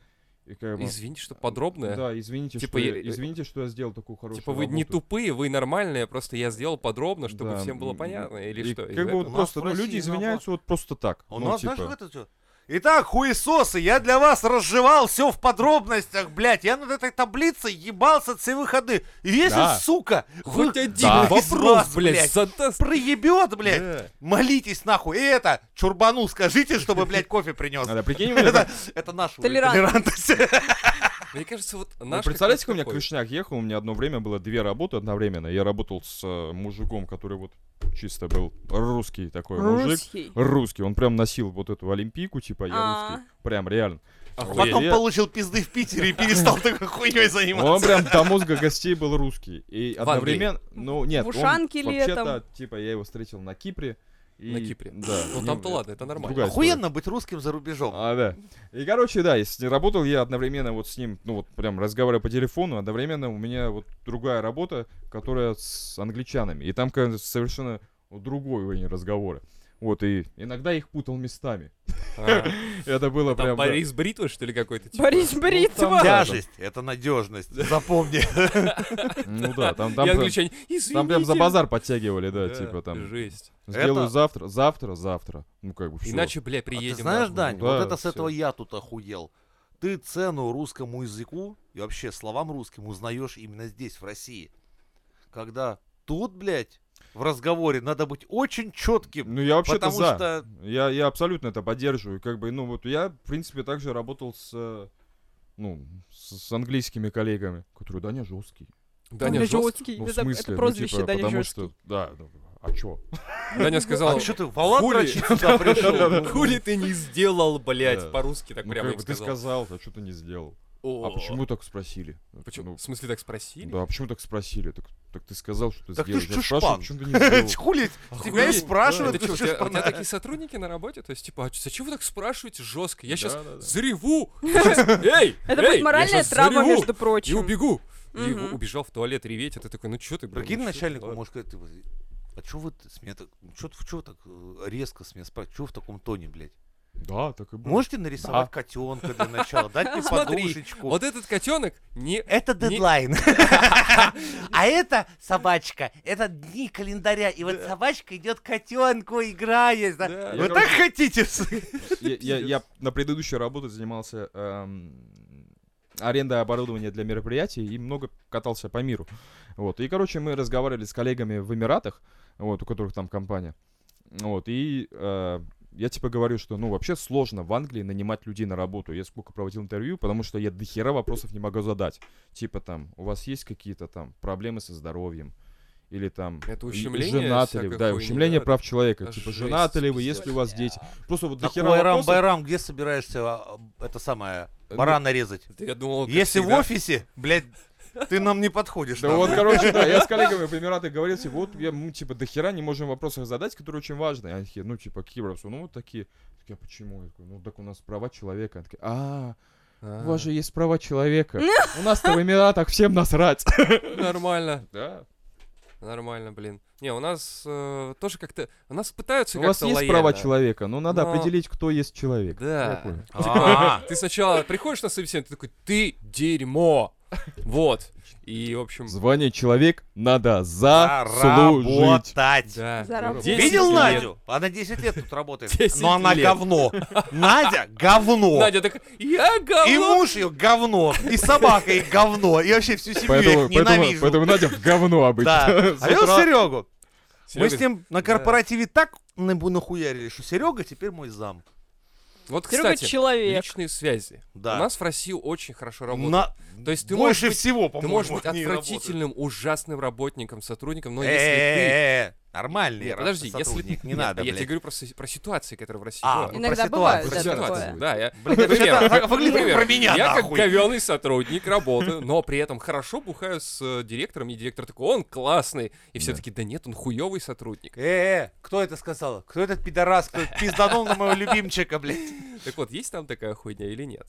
S4: И как бы-
S2: Извините, что подробное.
S4: Да, извините,
S2: Типа
S4: что я,
S2: я-
S4: извините, что я сделал такую хорошую
S2: Типа вы не
S4: работу.
S2: тупые, вы нормальные, просто я сделал подробно, чтобы
S4: Да,
S2: всем было
S4: м,
S2: понятно, или
S4: И
S2: что?
S4: как бы
S2: из-за
S4: вот
S1: У нас
S4: просто,
S1: в
S4: ну, люди
S1: России наоборот.
S4: извиняются вот просто так.
S1: У
S4: ну,
S1: нас,
S4: типа,
S1: знаешь, как это всё? Итак, хуесосы, я для вас разжевал все в подробностях, блядь. Я над этой таблицей ебался все выходы. И если,
S4: Да.
S1: сука,
S2: этого? Хоть
S1: вы
S2: один
S1: Да. из
S2: вопрос,
S1: вас,
S2: блядь,
S1: блядь,
S2: задаст.
S1: проебет, блядь,
S2: Да.
S1: молитесь нахуй. И это, чурбану скажите, чтобы, блядь, кофе принес.
S4: а, да, прикинь, вот это-
S1: Это, это наш уровень
S3: Толерантность.
S1: толерантности.
S2: Мне кажется, вот
S4: Вы
S2: наш... как
S4: представляете,
S2: раз
S4: как у меня
S2: такой.
S4: крышняк ехал, у меня одно время было две работы одновременно. Я работал с э, мужиком, который вот чисто был русский такой мужик.
S3: Русский.
S4: Русский, он прям носил вот эту олимпийку, типа я
S3: А.
S4: русский. Прям реально.
S2: Охуеть.
S1: Потом
S4: Охуеть.
S1: получил пизды в Питере и перестал такой хуйней заниматься.
S4: Он прям до мозга гостей был русский. И
S2: В Англии.
S4: одновременно, ну нет,
S3: В
S4: он
S3: ушанке
S4: вообще-то,
S3: летом.
S4: типа я его встретил на Кипре. и-
S2: На Кипре.
S4: Да.
S2: Ну
S4: и-
S2: там-то ладно, это нормально.
S4: другая история.
S1: Охуенно быть русским за рубежом.
S4: А, да. И, короче, да, если работал я одновременно вот с ним, ну вот прям разговаривая по телефону, одновременно у меня вот другая работа, которая с англичанами. И там, конечно, совершенно другой уровень разговора. Вот, и иногда их путал местами.
S2: А,
S4: Это было
S2: Там
S4: прям... да.
S2: Борис Бритва, что ли, какой-то? типа?
S3: Борис
S4: Ну, там
S3: Бритва.
S4: да.
S1: Тяжесть — это надежность, запомни. А
S4: Ну да, там,
S2: И
S4: там, прям-
S2: англичане, извините.
S4: там прям за базар подтягивали, да, типа там.
S2: Жесть.
S4: Сделаю
S1: Это-
S4: завтра, завтра, завтра. Ну как бы все.
S2: Иначе, бля,
S1: А
S2: приедем.
S1: ты знаешь,
S2: нахуй.
S1: Дань,
S4: Да,
S1: вот это с
S4: всё.
S1: этого я тут охуел. ты цену русскому языку и вообще словам русским узнаешь именно здесь, в России. Когда тут, блядь, в разговоре надо быть очень четким.
S4: Ну, я вообще-то
S1: потому
S4: за.
S1: что-
S4: Я, я абсолютно это поддерживаю. Как бы, ну, вот я, в принципе, также работал с, э, ну, с, с английскими коллегами, которые, да, не жесткий.
S2: Даня,
S3: Даня
S2: жестко.
S3: Жёсткий.
S4: Ну, в
S3: это,
S4: смысле,
S3: это
S4: ну,
S3: прозвище
S4: типа,
S3: Даня
S4: потому
S3: Жёсткий.
S4: что, да, ну, а чё?
S2: Даня сказал,
S1: А что ты, Валат
S2: хули?
S1: дрочить сюда пришел?
S2: хули ты не сделал, блядь,
S4: Да.
S2: по-русски так
S4: Ну,
S2: прямо
S4: как
S2: им
S4: бы ты
S2: сказал.
S4: сказал, а что ты не сделал?
S2: О,
S4: А почему так спросили?
S2: Почему?
S4: Ну,
S2: В смысле так спросили? Типа,
S4: Да, а почему так спросили? Так, так ты сказал, что ты
S1: Так ты
S4: сделал.
S1: ж
S4: Я
S1: чушпан.
S4: спрашиваю, почему ты не сделал?
S1: Хули, тебя и
S2: Охуеть.
S1: спрашивают. ты
S2: Это чё, а у
S1: чё
S2: тебя,
S4: а
S2: у тебя
S1: спрашиваешь?
S2: такие сотрудники на работе? То есть, типа, а чё- зачем вы так спрашиваете жестко? Я
S4: Да,
S2: сейчас
S4: да, да.
S2: зареву! Я щас- Эй!
S3: Это
S2: эй,
S3: будет
S2: я
S3: моральная
S2: щас
S3: травма,
S2: зареву
S3: между
S2: И
S3: прочим.
S2: убегу! И
S3: Мгм.
S2: убежал в туалет реветь, а ты такой, ну чё ты, блин?
S1: Прикинь,
S2: ну чё ты,
S1: начальник
S2: ладно.
S1: может сказать, типа, а чё вы с меня так, чё, ты- чё вы так э, резко с меня спрашиваете, чё в таком тоне, блядь?
S4: Да, так и было.
S1: Можете нарисовать котенка для начала, дать мне
S2: Смотри,
S1: подушечку?
S2: Вот этот котенок не...
S1: Это
S2: Не-
S1: дедлайн. А это собачка. Это дни календаря. И вот собачка идет котенку, играет. да.
S2: Да.
S1: Вы
S4: Я,
S1: так хотите?
S4: Я, я- я на предыдущей работе занимался эм, арендой оборудования для мероприятий и много катался по миру. Вот. И, короче, мы разговаривали с коллегами в Эмиратах, вот, у которых там компания. Вот. И э, я типа говорю, что, ну, вообще сложно в Англии нанимать людей на работу. Я сколько проводил интервью, потому что я до хера вопросов не могу задать. Типа там, у вас есть какие-то там проблемы со здоровьем? Или там...
S2: Это
S4: и- и
S2: ущемление
S4: женаты ли вы?
S2: всякой
S4: Да,
S2: хуйни,
S4: ущемление
S2: да.
S4: прав человека.
S2: Да
S4: типа,
S2: жесть,
S4: женаты ли вы,
S2: пиздец.
S4: есть ли у вас дети? Просто вот до
S1: Так,
S4: хера
S1: Байрам,
S4: вопросов.
S1: Байрам, где собираешься а, а, это самое,
S4: Ну,
S1: барана резать?
S2: Да Я думал, как
S1: Если в
S2: всегда.
S1: офисе, блядь, ты нам не подходишь.
S4: Да
S1: нахуй.
S4: вот, короче, да, я с коллегами в Эмиратах говорил, типа, вот я, мы, типа, до хера не можем вопросы задать, которые очень важны. Они такие, ну, типа, какие вопросы? Ну, вот такие. Я такой, а почему? Я такой, ну, так у нас права человека. Они такие, а, у вас же есть права человека. У нас-то в Эмиратах всем насрать.
S2: Нормально,
S4: Да.
S2: нормально, блин. Не, у нас э, тоже как-то... У нас пытаются
S4: У
S2: как-то
S4: вас есть
S2: лояльно.
S4: права человека, но надо
S2: Но-
S4: определить, кто есть человек. Я
S2: Да.
S4: понял.
S2: Типа,
S1: А.
S2: ты сначала приходишь на собеседование, ты такой, ты дерьмо. Вот. И, в общем,
S4: Звание человек надо заслужить.
S1: Заработать.
S2: да.
S3: Заработать.
S2: 10
S1: Видел
S2: лет.
S1: Надю? Она 10 лет тут работает.
S2: 10
S1: Но она
S2: лет.
S1: говно. Надя говно.
S2: Надя такая, я
S1: И
S2: говно.
S1: муж ее говно, и собака их говно, и вообще всю семью я
S4: Поэтому,
S1: их
S4: поэтому,
S1: ненавижу.
S4: поэтому Надя в говно
S1: Да.
S4: обычно. С
S1: А я
S4: утра.
S1: Серегу.
S2: Серёга
S1: Мы с ним на корпоративе так набу- нахуярили, что Серега теперь мой зам.
S2: Вот,
S3: Серега
S2: кстати,
S3: человек.
S2: личные связи.
S1: Да.
S2: У нас в России очень хорошо работают.
S1: На-
S2: То есть ты
S1: Больше
S2: можешь быть-
S1: всего,
S2: Ты
S1: по-моему,
S2: можешь быть
S1: они и
S2: отвратительным, ужасным работником, сотрудником, но
S1: работают.
S2: если ты...
S1: Э-э-э, Нормальный
S2: Нет, подожди, если...
S1: сотрудник, не
S2: Нет,
S1: надо,
S2: Я
S1: блядь.
S2: тебе говорю про, си- про ситуации, которые в России
S1: А,
S2: бывают.
S1: ну,
S3: Иногда
S1: про
S3: бывает,
S1: ситуацию.
S2: Про
S3: да,
S1: Ситуацию.
S2: ситуацию,
S3: такое.
S2: Да, я...
S1: Блядь, вообще
S2: Пример.
S1: так выглядит
S2: Пример.
S1: про меня,
S2: Я как
S1: нахуй.
S2: говёный сотрудник, работаю, но при этом хорошо бухаю с э, директором, и директор такой, он классный. И все
S4: Да.
S2: таки да нет, он хуёвый сотрудник.
S1: Э-э, кто это сказал? Кто этот пидорас, кто пизданул на моего любимчика, блядь?
S2: Так вот, есть там такая хуйня или нет?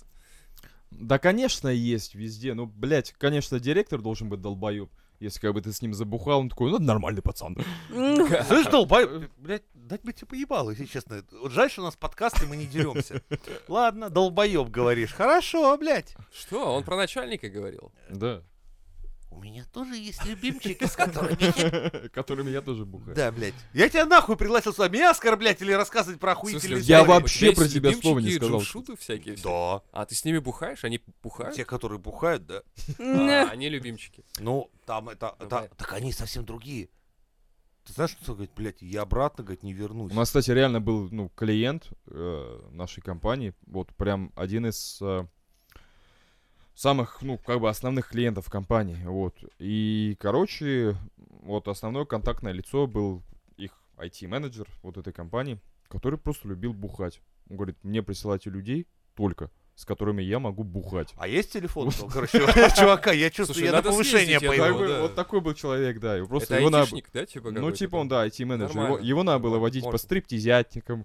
S4: Да, конечно, есть везде. Ну, блядь, конечно, директор должен быть долбоеб. Если как бы ты с ним забухал, он такой, ну, нормальный пацан.
S3: М,
S1: Слышь, долбоеб, Э, блядь, дать бы тебе поебало, если честно. Вот жаль, что у нас подкасты, мы не деремся. Ладно, долбоеб говоришь. Хорошо, блядь.
S2: Что? Он про начальника говорил.
S4: Да.
S1: У меня тоже есть любимчики, с которыми...
S4: Которыми я тоже бухаю.
S1: Да, блядь. Я тебя нахуй пригласил с вами меня оскорблять или рассказывать про
S2: В смысле,
S1: охуительные
S2: у
S4: я
S2: тебя
S1: истории?
S4: вообще
S2: есть
S4: про тебя
S2: любимчики,
S4: слова не сказал.
S2: джуншуты всякие. все?
S1: Да.
S2: А ты с ними бухаешь? Они бухают?
S1: Те, которые бухают, да.
S2: А,
S3: м,
S2: они любимчики.
S1: Ну, там это...
S2: Ну,
S1: та-
S2: понятно.
S1: Так они совсем другие. Ты знаешь, что говорит, блядь, я обратно, говорит, не вернусь.
S4: У нас, кстати, реально был, ну, клиент э, нашей компании. Вот прям один из э, самых, ну, как бы основных клиентов компании. Вот. И, короче, вот основное контактное лицо был их IT-менеджер вот этой компании, который просто любил бухать. Он говорит, мне присылайте людей только, с которыми я могу бухать.
S1: А есть телефон? у того, Короче, чувака, я чувствую,
S2: Слушай,
S1: я на
S2: надо
S1: повышение
S2: съездить, я
S1: пойду.
S4: Как
S2: думаю.
S4: бы
S2: да.
S4: Вот такой был человек, да. Его просто
S2: Это
S4: его надо-
S2: айтишник, да, типа
S4: Ну,
S2: какой-то
S4: типа
S2: там?
S4: он, да, IT-менеджер. Его,
S2: Нормально.
S4: его надо было
S2: Нормально.
S4: водить по
S2: Можно.
S4: стриптизятникам,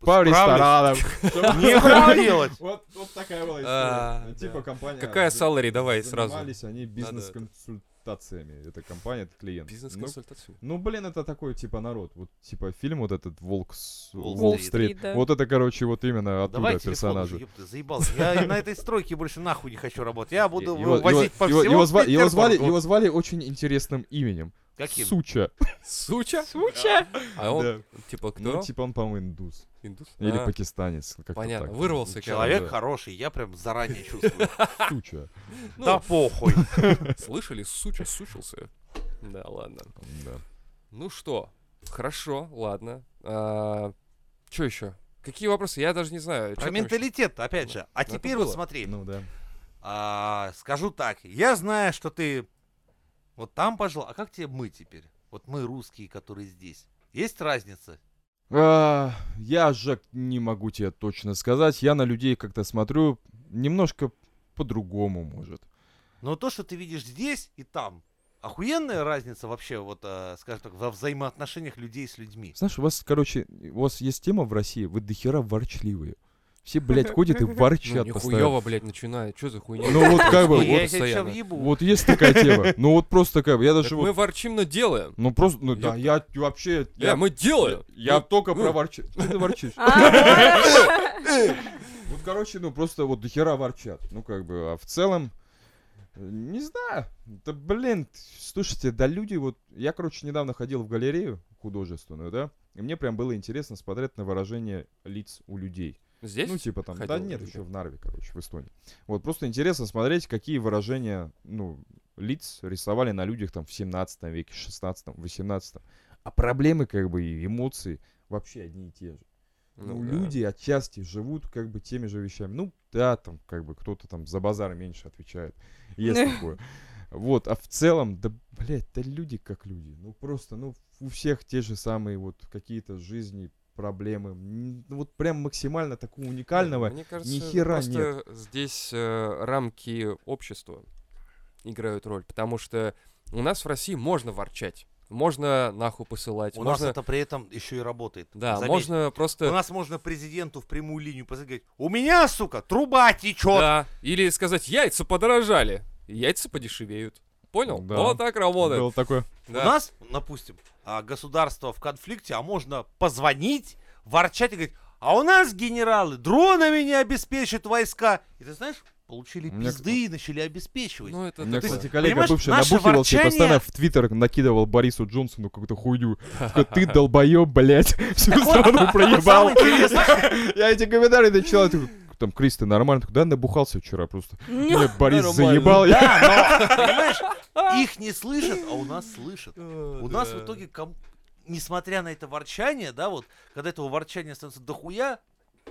S4: по
S1: Справлюсь.
S4: ресторанам. чтобы-
S1: Не буду делать.
S4: Вот, вот такая была
S2: А,
S4: история. Типа
S2: да.
S4: компания.
S2: Какая
S4: за-
S2: salary? Давай сразу.
S4: Занимались они бизнес-консультациями. Это компания, это клиент. Ну,
S2: Бизнес-консультацию.
S4: ну, блин, это такой, типа, народ. Вот, типа, фильм вот этот «Волк с...
S1: Уолл-стрит.
S4: Уолл-стрит».
S3: Да.
S4: Вот это, короче, вот именно оттуда
S1: Давай телефон уже,
S4: персонажи.
S1: ёпта, заебал. Я и на этой стройке больше нахуй не хочу работать. Я буду
S4: Его- его-
S1: возить по
S4: его-
S1: всему
S4: его зва- его звали,
S1: Петербургу.
S4: его звали очень интересным именем.
S1: Каким?
S4: Суча.
S2: Суча?
S3: Суча.
S2: А он,
S4: Да.
S2: типа, кто?
S4: Ну, типа, он, по-моему, индус.
S2: Индус?
S4: Ну, Или
S2: А,
S4: пакистанец. как-то
S2: Понятно,
S4: так.
S2: вырвался,
S1: Человек
S4: да.
S1: хороший, я прям заранее чувствую.
S4: Суча.
S2: Ну,
S1: Да похуй.
S2: Слышали, суча, сучился. Да, ладно.
S4: Да.
S2: Ну что, хорошо, ладно. что еще? Какие вопросы? Я даже не знаю. чё
S1: Про
S2: там ещё?
S1: менталитет, опять же. А
S2: Ну, это
S1: теперь вот
S2: было.
S1: смотри.
S4: Ну да.
S1: А, скажу так, я знаю, что ты вот там пожил, а как тебе мы теперь? Вот мы русские, которые здесь. Есть разница?
S4: А, я же не могу тебе точно сказать. Я на людей как-то смотрю немножко по-другому, может.
S1: Но то, что ты видишь здесь и там, охуенная разница вообще, вот, а, скажем так, во взаимоотношениях людей с людьми.
S4: Знаешь, у вас, короче, у вас есть тема в России, вы дохера ворчливые. Все, блядь, ходят и
S2: Ну,
S4: ворчат постоянно.
S2: нихуево, блядь, начинает. Что за хуйня?
S4: Ну вот как бы,
S1: И я
S2: Охуеть.
S4: вот,
S1: тебя сейчас
S2: постоянно.
S1: въебу.
S4: вот есть такая тема. Ну вот просто как бы, я
S2: Так
S4: даже
S2: мы
S4: вот...
S2: ворчим, но делаем.
S4: Ну просто, ну
S2: Я-
S4: да, я вообще...
S2: Я,
S4: я-
S2: мы делаем.
S4: Я
S2: Ну,
S4: только
S2: ну.
S4: про ворчи. Что ты ворчишь?
S3: А,
S4: Вот, короче, ну просто вот дохера ворчат. Ну, как бы, а в целом, э, не знаю. Да, блин, т- слушайте, да люди вот... Я, короче, недавно ходил в галерею художественную, да? И мне прям было интересно смотреть на выражение лиц у людей.
S2: Здесь?
S4: Ну, типа там... Да
S2: ходил в
S4: нет,
S2: галерею?
S4: еще в Нарве, короче, в Эстонии. Вот, просто интересно смотреть, какие выражения, ну, лиц рисовали на людях там в 17 веке, 16, 18. А проблемы, как бы, и эмоции вообще одни и те же. Ну,
S2: да.
S4: люди отчасти живут как бы теми же вещами. Ну, да, там как бы кто-то там за базар меньше отвечает. Есть такое. Вот, а в целом, да, блядь, да люди как люди. Ну, просто, ну, у всех те же самые вот какие-то жизни, проблемы. М, ну, Вот прям максимально такого уникального.
S2: Мне кажется,
S4: хера
S2: просто здесь э, рамки общества играют роль, потому что у нас в России можно ворчать, можно нахуй посылать,
S1: У нас
S2: можно...
S1: это при этом еще и работает.
S2: Да,
S1: Заметь,
S2: можно
S1: У
S2: просто...
S1: нас можно президенту в прямую линию позвонить, говорить, у меня, сука, труба течет.
S2: Да, или сказать, яйца подорожали, и яйца подешевеют. Понял?
S4: Да.
S2: Вот так работает.
S4: Было такое.
S1: У
S2: Да.
S1: нас, допустим, а, государство в конфликте, а можно позвонить, ворчать и говорить, а у нас генералы дронами не обеспечат войска. И ты знаешь, получили
S4: Мне-
S1: пизды и начали обеспечивать.
S2: Ну, это
S4: У меня,
S2: такое.
S1: кстати,
S4: кстати, коллега
S1: понимаешь,
S4: бывший
S1: наше
S4: набухивался и постоянно
S1: ворчание-
S4: в Твиттер накидывал Борису Джонсону какую-то хуйню. Такой, Ты долбоеб, блядь, всю страну проебал.
S1: Самое интересное,
S4: Я эти комментарии начал, я такой, там, Крис, ты нормально? Такой, Да, набухался вчера просто.
S3: ну,
S4: Мне Борис
S2: нормально.
S4: заебал. я-
S1: да, но, понимаешь, их не слышат, а у нас слышат.
S2: Э,
S1: У нас в
S2: да.
S1: итоге, ком- несмотря на это ворчание, да, вот, когда этого ворчания становится дохуя,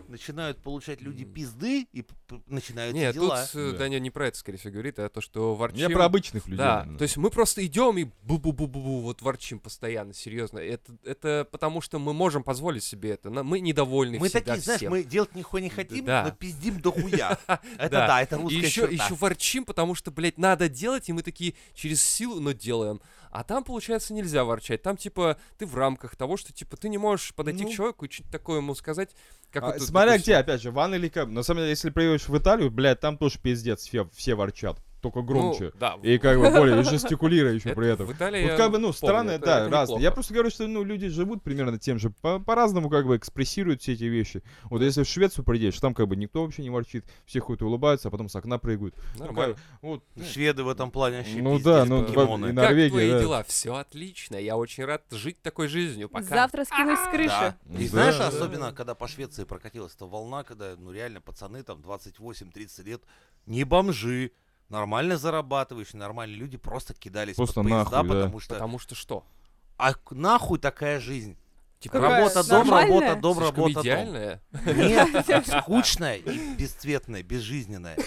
S1: начинают получать люди
S2: М.
S1: пизды и п- п- начинаются
S2: Нет, тут
S1: дела.
S2: э,
S4: Да.
S2: Даня не про это, скорее всего, говорит, а то, что ворчим...
S4: Я про обычных людей. ну.
S2: Да,
S4: наверное.
S2: то есть мы просто идем и бу-бу-бу-бу-бу, вот ворчим постоянно, серьезно. Это, это потому, что мы можем позволить себе это. на- Мы недовольны
S1: Мы
S2: всегда
S1: такие, знаешь,
S2: всем.
S1: мы делать нихуя не хотим,
S2: Да.
S1: но пиздим дохуя. Это
S2: Да.
S1: да, это
S2: И
S1: русская
S2: еще,
S1: черта.
S2: еще ворчим, потому что, блядь, надо делать, и мы такие через силу, но делаем. А там, получается, нельзя ворчать. Там, типа, ты в рамках того, что, типа, ты не можешь подойти
S4: Ну.
S2: к человеку и что-то такое ему сказать. Как
S4: А,
S2: вот,
S4: Смотря
S2: допустим,
S4: где, опять же, ван или кап. На самом деле, если приедешь в Италию, блядь, там тоже пиздец, все, все ворчат. Только
S2: ну,
S4: громче.
S2: да,
S4: И как бы более и жестикулируя еще
S2: это
S4: при этом.
S2: В Италии
S4: Вот
S2: я
S4: как бы, ну,
S2: помню,
S4: страны,
S2: это-
S4: да,
S2: это
S4: разные. Я
S2: неплохо.
S4: просто говорю, что, ну, люди живут примерно тем же, по- по-разному как бы экспрессируют все эти вещи. Вот если в Швецию придешь, там как бы никто вообще не ворчит, все ходят и улыбаются, а потом с окна прыгают. Ну,
S2: Нормально.
S4: как бы, вот,
S1: Шведы в этом плане вообще
S4: Ну
S1: пиздец,
S4: да, ну,
S1: покемоны.
S4: и на-
S2: Как
S4: Норвегия,
S2: твои
S4: да.
S2: дела? Все отлично. Я очень рад жить такой жизнью. Пока. А.
S3: Завтра скинусь с крыши.
S1: Да. И
S4: Да.
S1: знаешь,
S4: Да.
S1: особенно, когда по Швеции прокатилась эта волна, когда, ну, реально, пацаны там 28-30 лет, не бомжи, нормально зарабатывающие, нормальные люди просто кидались
S4: Просто
S1: под поезда,
S4: нахуй, да.
S1: потому что
S2: Потому что что?
S1: А к- нахуй такая жизнь?
S2: Типа,
S3: Какая?
S1: Работа, дом,
S3: Нормальная?
S1: работа, дом,
S2: слишком
S1: работа, дом.
S2: идеальная.
S1: Нет, скучная и бесцветная, безжизненная.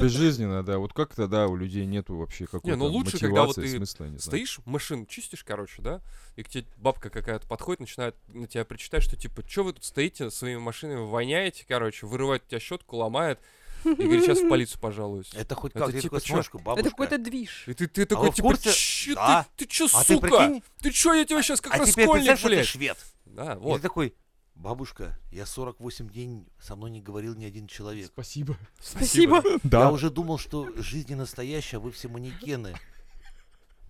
S4: Безжизненно, да. Вот как тогда у людей нету вообще какой-то
S2: ну лучше,
S4: мотивации,
S2: когда вот ты
S4: смысла, я не знаю.
S2: Стоишь, машину чистишь, короче, да? И к тебе бабка какая-то подходит, начинает на тебя причитать, что типа, что вы тут стоите, своими машинами воняете, короче, вырывает у тебя щетку, ломает. И говорит, сейчас в полицию пожалуюсь.
S1: Это хоть
S2: Это
S1: как, ты
S2: типа
S1: такой
S2: чё?
S1: смотришь,
S3: Это
S1: бабушка.
S3: какой-то движ.
S2: И ты, ты такой,
S1: вы в
S2: типа,
S1: курсе?
S2: «Чё
S1: Да.
S2: ты, ты чё,
S1: А ты
S2: сука?
S1: прикинь,
S2: Ты чё, я тебя сейчас как
S1: а теперь представь,
S2: раскольник,
S1: что ты
S2: блядь.
S1: швед.
S2: Да,
S1: И ты
S2: вот.
S1: такой, бабушка, я 48 дней, со мной не говорил ни один человек.
S4: Спасибо.
S3: Спасибо.
S1: Я
S4: Да.
S1: уже думал, что жизнь не настоящая, а вы все манекены.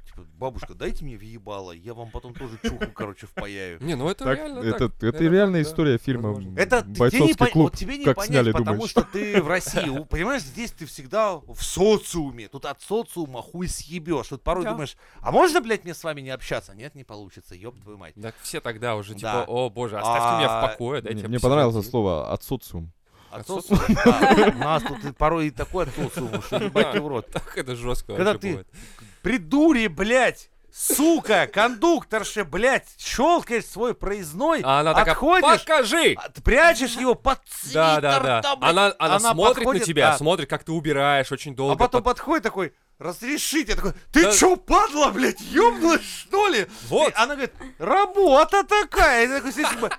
S1: типа, бабушка, дайте мне въебало, я вам потом тоже чуху, короче, впаяю.
S2: Не, ну это
S4: Так,
S2: реально
S4: это,
S2: так.
S4: это, реальная
S2: так, да.
S4: история фильма
S2: Возможно.
S1: Это т- тебе не,
S4: «Бойцовский
S1: пон-
S4: клуб».
S1: вот тебе не
S4: Как
S1: понять,
S4: сняли,
S1: потому
S4: думаешь?
S1: что ты в России, у- понимаешь, здесь ты всегда в социуме, тут от социума хуй съебешь. Тут порой
S3: Да.
S1: думаешь, а можно, блядь, мне с вами не общаться? Нет, не получится, ёб твою мать.
S2: Так все тогда уже,
S1: Да.
S2: типа, о боже, оставьте меня
S1: А,
S2: в покое, дайте
S4: Мне,
S2: я
S4: мне
S2: посижу
S4: понравилось
S2: здесь».
S4: слово от социум.
S1: От
S2: От
S1: социума, да. У нас тут и порой и такой от социума, что ебать и в рот.
S2: Так это жестко
S1: Когда
S2: вообще
S1: ты-
S2: бывает.
S1: Придури, блядь! Сука, кондукторша, блядь, щелкаешь свой проездной,
S2: А она такая,
S1: отходишь,
S2: покажи!
S1: а, прячешь его под
S2: Да,
S1: свитер,
S2: да, да.
S1: там, блядь,
S2: Она, она,
S1: она
S2: смотрит
S1: подходит,
S2: на тебя,
S1: да.
S2: смотрит, как ты убираешь очень долго.
S1: А потом
S2: под-
S1: подходит такой, разрешите. Я такой, ты
S2: Да.
S1: чё, падла, блядь, ёбнулась, что ли?
S2: Вот.
S1: И Она говорит, работа такая. Я такой, сижу, типа,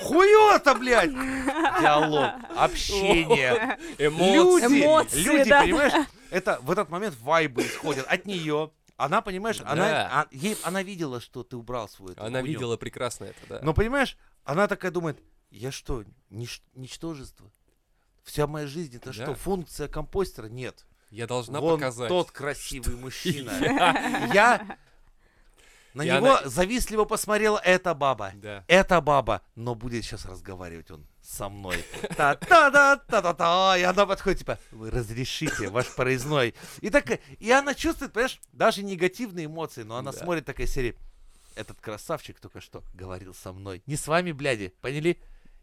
S1: хуёта, блядь. Диалог, общение,
S2: Эмоции.
S1: люди,
S3: Эмоции,
S1: люди,
S3: да.
S1: понимаешь? Это в этот момент вайбы исходят от нее. Она, понимаешь, она,
S2: Да.
S1: а- ей, она видела, что ты убрал свою эту
S2: Она
S1: хуйню.
S2: видела прекрасно это, да.
S1: Но, понимаешь, она такая думает, я что, нич- ничтожество? Вся моя жизнь это
S2: Да.
S1: что, функция компостера? Нет.
S2: Я должна
S1: Вон
S2: показать.
S1: тот красивый мужчина.
S2: Я-
S1: Я на
S2: И
S1: него
S2: она-
S1: завистливо посмотрела эта баба.
S2: Да.
S1: Эта баба, но будет сейчас разговаривать он со мной. та та да та та та И она подходит, типа, вы разрешите, ваш проездной. И, так, и она чувствует, понимаешь, даже негативные эмоции, но она
S2: Да.
S1: смотрит такая серии. Этот красавчик только что говорил со мной. Не с вами, бляди, поняли?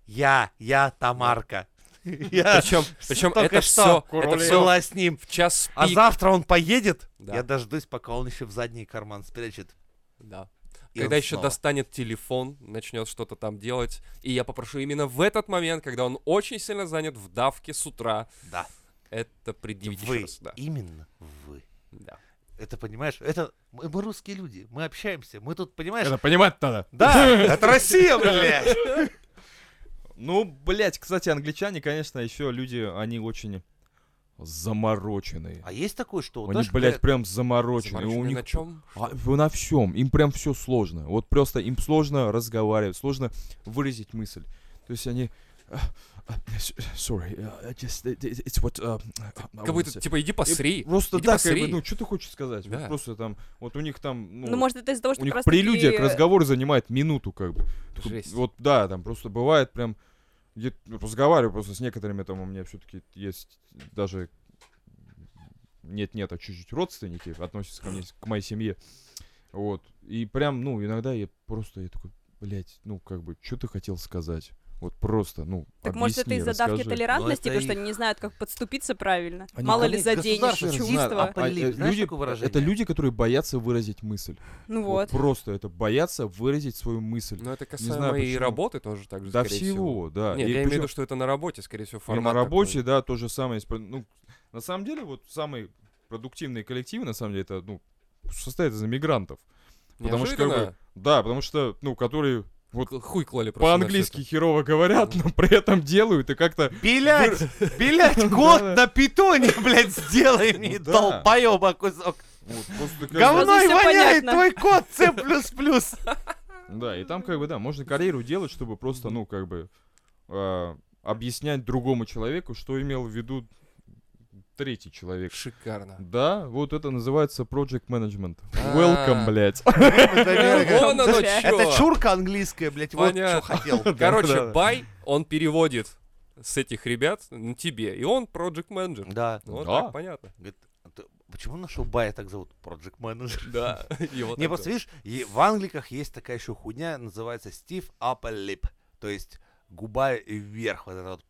S1: Я, я Тамарка. Я
S2: Причем, причем
S1: только
S2: это
S1: что
S2: все, это все
S1: была с ним.
S2: в час
S1: А
S2: пик.
S1: завтра он поедет,
S2: Да.
S1: я дождусь, пока он еще в задний карман спрячет.
S2: Да.
S1: И
S2: когда
S1: он
S2: еще
S1: снова.
S2: достанет телефон, начнет что-то там делать. И я попрошу именно в этот момент, когда он очень сильно занят в давке с утра,
S1: Да.
S2: это предъявить еще
S1: вы.
S2: раз, да.
S1: Именно вы.
S2: Да.
S1: Это понимаешь? Это мы, мы русские люди, мы общаемся, мы тут, понимаешь?
S4: понимать надо.
S1: Да, это Россия, блядь!
S4: Ну, блять, кстати, англичане, конечно, еще люди, они очень замороченные.
S1: А есть такое, что...
S4: Они,
S1: знаешь,
S4: блядь,
S1: говорят,
S4: прям замороченные.
S2: Замороченный
S4: У них
S2: на чем?
S4: А, в- на всем. Им прям все сложно. Вот просто им сложно разговаривать, сложно выразить мысль. То есть они... «А, а, с- Sorry, uh, I just- it- it- it's what, uh, I
S2: Как
S4: wanted
S2: будто,
S4: to say».
S2: типа, иди
S4: И
S2: посри.
S4: Просто
S2: Иди
S4: да, как бы,
S2: посри.
S4: ну, что ты хочешь сказать? Вот
S2: Да.
S4: просто там, вот у них там, ну,
S3: Ну, может, это из-за того, что
S4: у них
S3: просто
S4: прелюдия
S3: такие-
S4: к разговору занимает минуту, как бы. Тут
S2: Жесть.
S4: Вот, да, там просто бывает прям... Я разговариваю просто с некоторыми, там у меня все-таки есть даже... Нет-нет, а чуть-чуть родственники относятся ко мне, к моей семье. Вот. И прям, ну, иногда я просто, я такой, блядь, ну, как бы, что ты хотел сказать? Вот просто, ну,
S3: Так может, это
S4: объясни,
S3: из-за давки
S4: расскажи.
S1: Ну,
S3: толерантности,
S1: это
S3: потому что
S1: их-
S3: они не знают, как подступиться правильно.
S4: Они-
S3: Мало
S1: они
S3: ли заденешь
S1: государство
S4: Слушай,
S1: чувства.
S4: знаю,
S3: чувство.
S1: а- Аппеллип, знаешь
S4: э, люди-
S1: такое выражение?
S4: Это люди, которые боятся выразить мысль.
S3: Ну
S4: а Вот
S3: вот.
S4: просто это боятся выразить свою мысль.
S2: Но это
S4: знаю,
S2: касаемо и
S4: почему.
S2: работы тоже так же,
S4: Да
S2: Ну, скорее
S4: всего, да.
S2: Нет,
S4: И
S2: я имею в
S4: причём-
S2: виду, что это на работе, скорее всего,
S4: И
S2: формат
S4: на
S2: такой.
S4: работе, да, то же самое. исп- Ну, на самом деле, вот самые продуктивные коллективы, на самом деле, это, ну, состоят из иммигрантов. Потому что, как бы,
S2: Неожиданно.
S4: Да, потому что, ну, которые вот
S2: К- Хуй клали просто на всё
S4: по-английски херово говорят, но при этом делают и как-то...
S1: Блять, блять, год на питоне, блядь, сделай мне,
S4: Ну да.
S1: долбоеба а кусок.
S4: вот, просто как бы-
S1: Говно
S3: Сразу всё
S1: воняет
S3: понятно.
S1: твой код, С++.
S4: Да, и там, как бы, да, можно карьеру делать, чтобы просто, ну, как бы, а, объяснять другому человеку, что имел в виду третий
S2: это.
S4: человек.
S2: Шикарно.
S4: Да, вот это называется project management.
S2: А.
S4: Welcome, блядь.
S2: Вон оно
S3: Да.
S2: чё.
S1: Это чурка английская, блядь, вот
S2: Понятно.
S1: что хотел.
S2: Короче,
S4: Да-да-да.
S2: бай, он переводит с этих ребят на тебе. И он project менеджер.
S1: Да.
S2: Вот
S4: Ну Да.
S2: так понятно.
S1: Говорит, «А ты- почему нашего бая так зовут? Project менеджер.
S2: Да. Его
S1: Не,
S2: так
S1: просто
S2: зовут.
S1: видишь, и в Англиках есть такая еще хуйня, называется Стив Аппелип. То есть губа вверх, вот это вот.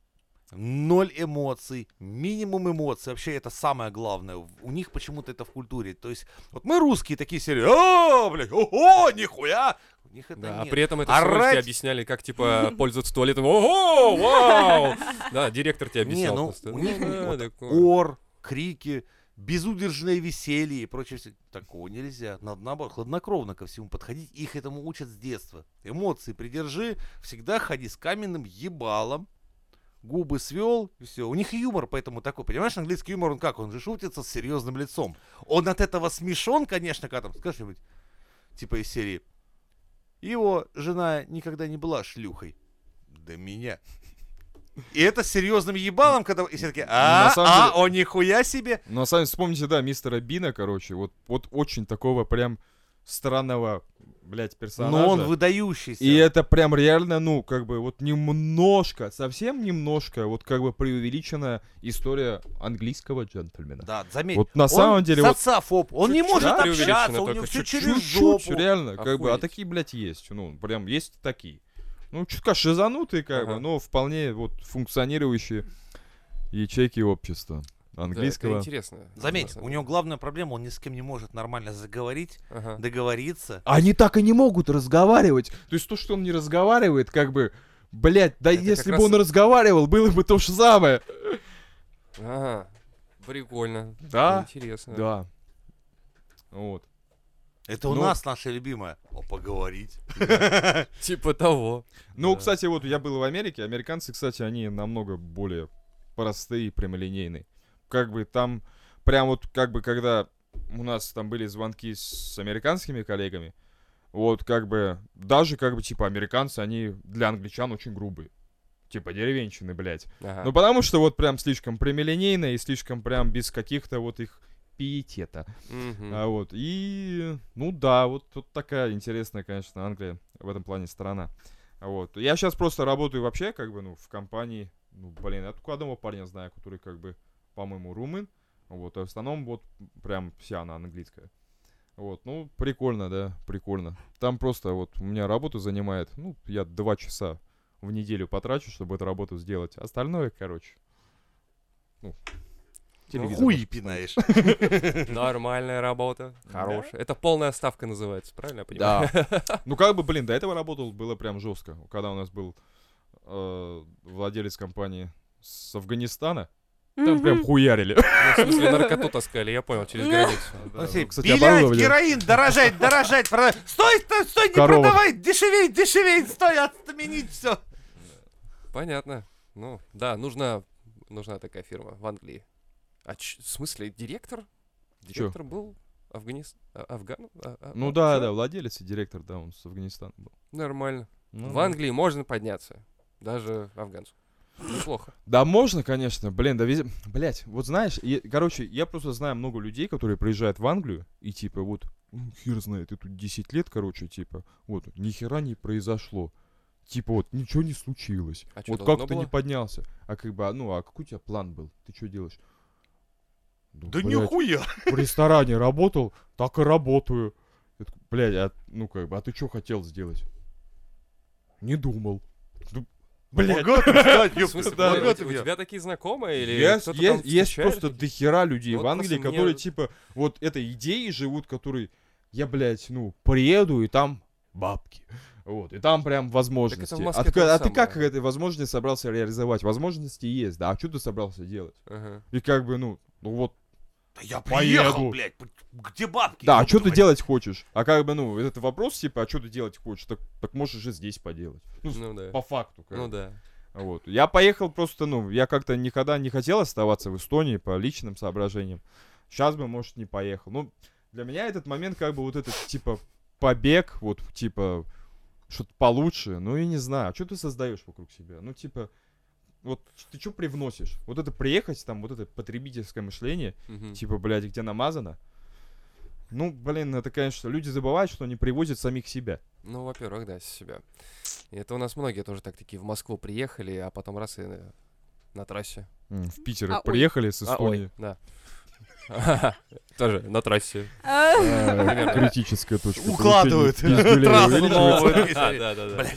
S1: Ноль эмоций, минимум эмоций. Вообще это самое главное. В- У них почему-то это в культуре. То есть вот мы русские такие серии, о, блядь, ого, нихуя. У них это
S2: Да, а
S1: нет.
S2: при этом это
S1: Орать-
S2: всего лишь тебе объясняли, как, типа, пользоваться туалетом. Ого, вау! Да, директор тебе
S1: Не,
S2: объяснял
S1: ну,
S2: просто.
S1: у них
S2: да,
S1: вот
S2: такое.
S1: Ор, крики, безудержное веселье и прочее. всё. Такого нельзя. Надо наоборот, хладнокровно ко всему подходить. Их этому учат с детства. Эмоции придержи, всегда ходи с каменным ебалом. Губы свел, и все. У них и юмор поэтому такой. Понимаешь, английский юмор, он как? Он же шутится с серьезным лицом. Он от этого смешон, конечно, когда там, скажешь нибудь типа из серии. Его жена никогда не была шлюхой. До меня. И это с серьезным ебалом, когда и все такие, а,
S4: самом
S1: а,
S4: деле-
S1: о, нихуя себе.
S4: а Ну, на самом деле, вспомните, да, мистера Бина, короче, вот, вот очень такого прям странного, блядь, персонажа.
S1: Но он выдающийся.
S4: И это прям реально, ну, как бы вот немножко, совсем немножко, вот как бы преувеличена история английского джентльмена.
S1: Да, заметь.
S4: Вот на самом деле, вот
S1: социофоб, он не
S2: Чуть-чуть
S1: может
S2: да,
S1: общаться,
S2: преувеличено
S1: у него
S2: только,
S1: все через
S4: чуть-чуть,
S1: жопу.
S4: реально, как бы, а
S2: Охуеть.
S4: такие, блядь, есть, ну, прям есть такие. Ну, чутка шизанутые, как
S2: Ага.
S4: бы, но вполне вот функционирующие ячейки общества
S2: Да,
S4: английского.
S2: это интересно. на
S1: Заметь,
S2: самом
S1: у него главная проблема, он ни с кем не может нормально заговорить,
S2: деле. Ага.
S1: договориться.
S4: Они так и не могут разговаривать. То есть то, что он не разговаривает, как бы, блядь, да
S2: Это как
S4: если бы
S2: раз-
S4: он разговаривал, было бы то же самое.
S2: Ага. Прикольно.
S4: Да.
S2: Интересно.
S4: Да. Вот.
S1: Это у
S4: Ну.
S1: нас наше любимое. О, поговорить.
S2: Типа того.
S4: Ну,
S2: Да.
S4: кстати, вот я был в Америке. Американцы, кстати, они намного более простые и прямолинейные. Как бы там, прям вот, как бы, когда у нас там были звонки с американскими коллегами, вот, как бы, даже, как бы, типа, американцы, они для англичан очень грубые. Типа, деревенщины, блядь.
S2: Ага.
S4: Ну, потому что вот прям слишком прямолинейно и слишком прям без каких-то вот их пиетета.
S2: Мгм.
S4: А вот, и, ну да, вот тут такая интересная, конечно, Англия в этом плане страна. А Вот. Я сейчас просто работаю вообще, как бы, ну, в компании, ну, блин, я только одного парня знаю, который, как бы, по-моему, румын. Вот, а в основном, вот, прям вся она английская. Вот, ну, прикольно, да, прикольно. Там просто, вот, у меня работа занимает, ну, я два часа в неделю потрачу, чтобы эту работу сделать. Остальное, короче, ну, телевизор.
S1: Хуй пинаешь.
S2: Нормальная работа. Хорошая. Это полная ставка называется, правильно я понимаю?
S4: Да. Ну как бы, блин, до этого работал, было прям жестко. Когда у нас был э, владелец компании с Афганистана, там прям хуярили.
S2: Ну, в смысле, наркоту таскали, я понял, через
S3: Ну.
S2: границу.
S1: Ну, все,
S4: Э, кстати,
S1: пилять,
S4: оборудовали.
S1: героин, дорожать, дорожать, продавать. Стой, стой, стой, не
S4: Корова.
S1: продавай, дешеветь, дешеветь, стой, отменить все.
S2: Понятно. Ну, да, нужна, нужна такая фирма в Англии. А ч- в смысле, директор? Директор был Афганист... а- Афган? А- а-
S4: Ну
S2: а-
S4: да,
S2: чё?
S4: да, владелец и директор, да, он с Афганистана был.
S2: Нормально.
S4: Ну,
S2: В Англии можно подняться. Даже афганцу. Неплохо.
S4: Да можно, конечно, блин, да везде... Блять, вот знаешь, я- короче, я просто знаю много людей, которые приезжают в Англию, и типа вот, «Ну, хер знает, ты тут 10 лет, короче, типа, вот, нихера не произошло. Типа вот, ничего не случилось.
S2: А чё,
S4: вот
S2: должно
S4: как ты не
S2: было?
S4: поднялся? А как бы, а, ну, а какой у тебя план был? Ты что делаешь? Ну,
S1: Да
S4: блядь,
S1: нихуя.
S4: в ресторане работал, так и работаю. Я такой, Блядь, а, ну как бы, а ты что хотел сделать? Не думал. Ну, Блядь,
S1: Богатым стать,
S2: В
S1: ёпта,
S2: смысле,
S4: да,
S2: блин, у,
S1: богатым
S2: тебя- у
S1: я.
S2: тебя такие знакомые? Или
S4: есть,
S2: кто-то там
S4: есть, есть
S2: встречаешь
S4: просто
S2: таких?
S4: дохера людей
S2: Вот
S4: в
S2: просто
S4: Англии,
S2: мне-
S4: которые типа вот этой идеей живут, которые я, блядь, ну, приеду и там бабки. Вот, и там прям возможности.
S2: Москве
S4: а ты,
S2: то же
S4: а ты
S2: самое.
S4: как этой возможности собрался реализовать? Возможности есть, да, а что ты собрался делать?
S2: Ага.
S4: И как бы, ну, ну вот,
S1: Да я
S4: Поеду.
S1: приехал, блядь, п- где бабки?
S4: да, а
S1: ёпта,
S4: что ты
S1: блядь?
S4: делать хочешь? А как бы, ну, это вопрос, типа, а что ты делать хочешь? Так, так можешь и здесь поделать. Ну, с-
S2: Ну да.
S4: по факту, как
S2: Ну
S4: бы.
S2: да.
S4: Вот. Я поехал просто, ну, я как-то никогда не хотел оставаться в Эстонии по личным соображениям. Сейчас бы, может, не поехал. Ну, для меня этот момент, как бы, вот этот, типа, побег, вот, типа, что-то получше. Ну, я не знаю, а что ты создаешь вокруг себя? Ну, типа, вот ты что привносишь? Вот это приехать, там, вот это потребительское мышление,
S2: Мгм.
S4: типа, блядь, где намазано. Ну, блин, это, конечно, люди забывают, что они привозят самих себя.
S2: Ну, во-первых, да, с себя. И это у нас многие тоже так такие в Москву приехали, а потом раз и на, на трассе.
S4: М, В Питер
S3: А, ой.
S4: приехали с
S2: А, ой,
S4: Эстонии.
S2: да. Тоже на трассе.
S3: А,
S4: Э, Критическая точка.
S1: Укладывают.
S4: получения пиздюлей
S1: Трассу
S4: увеличивается.
S1: новую.
S2: Да, да, да, да.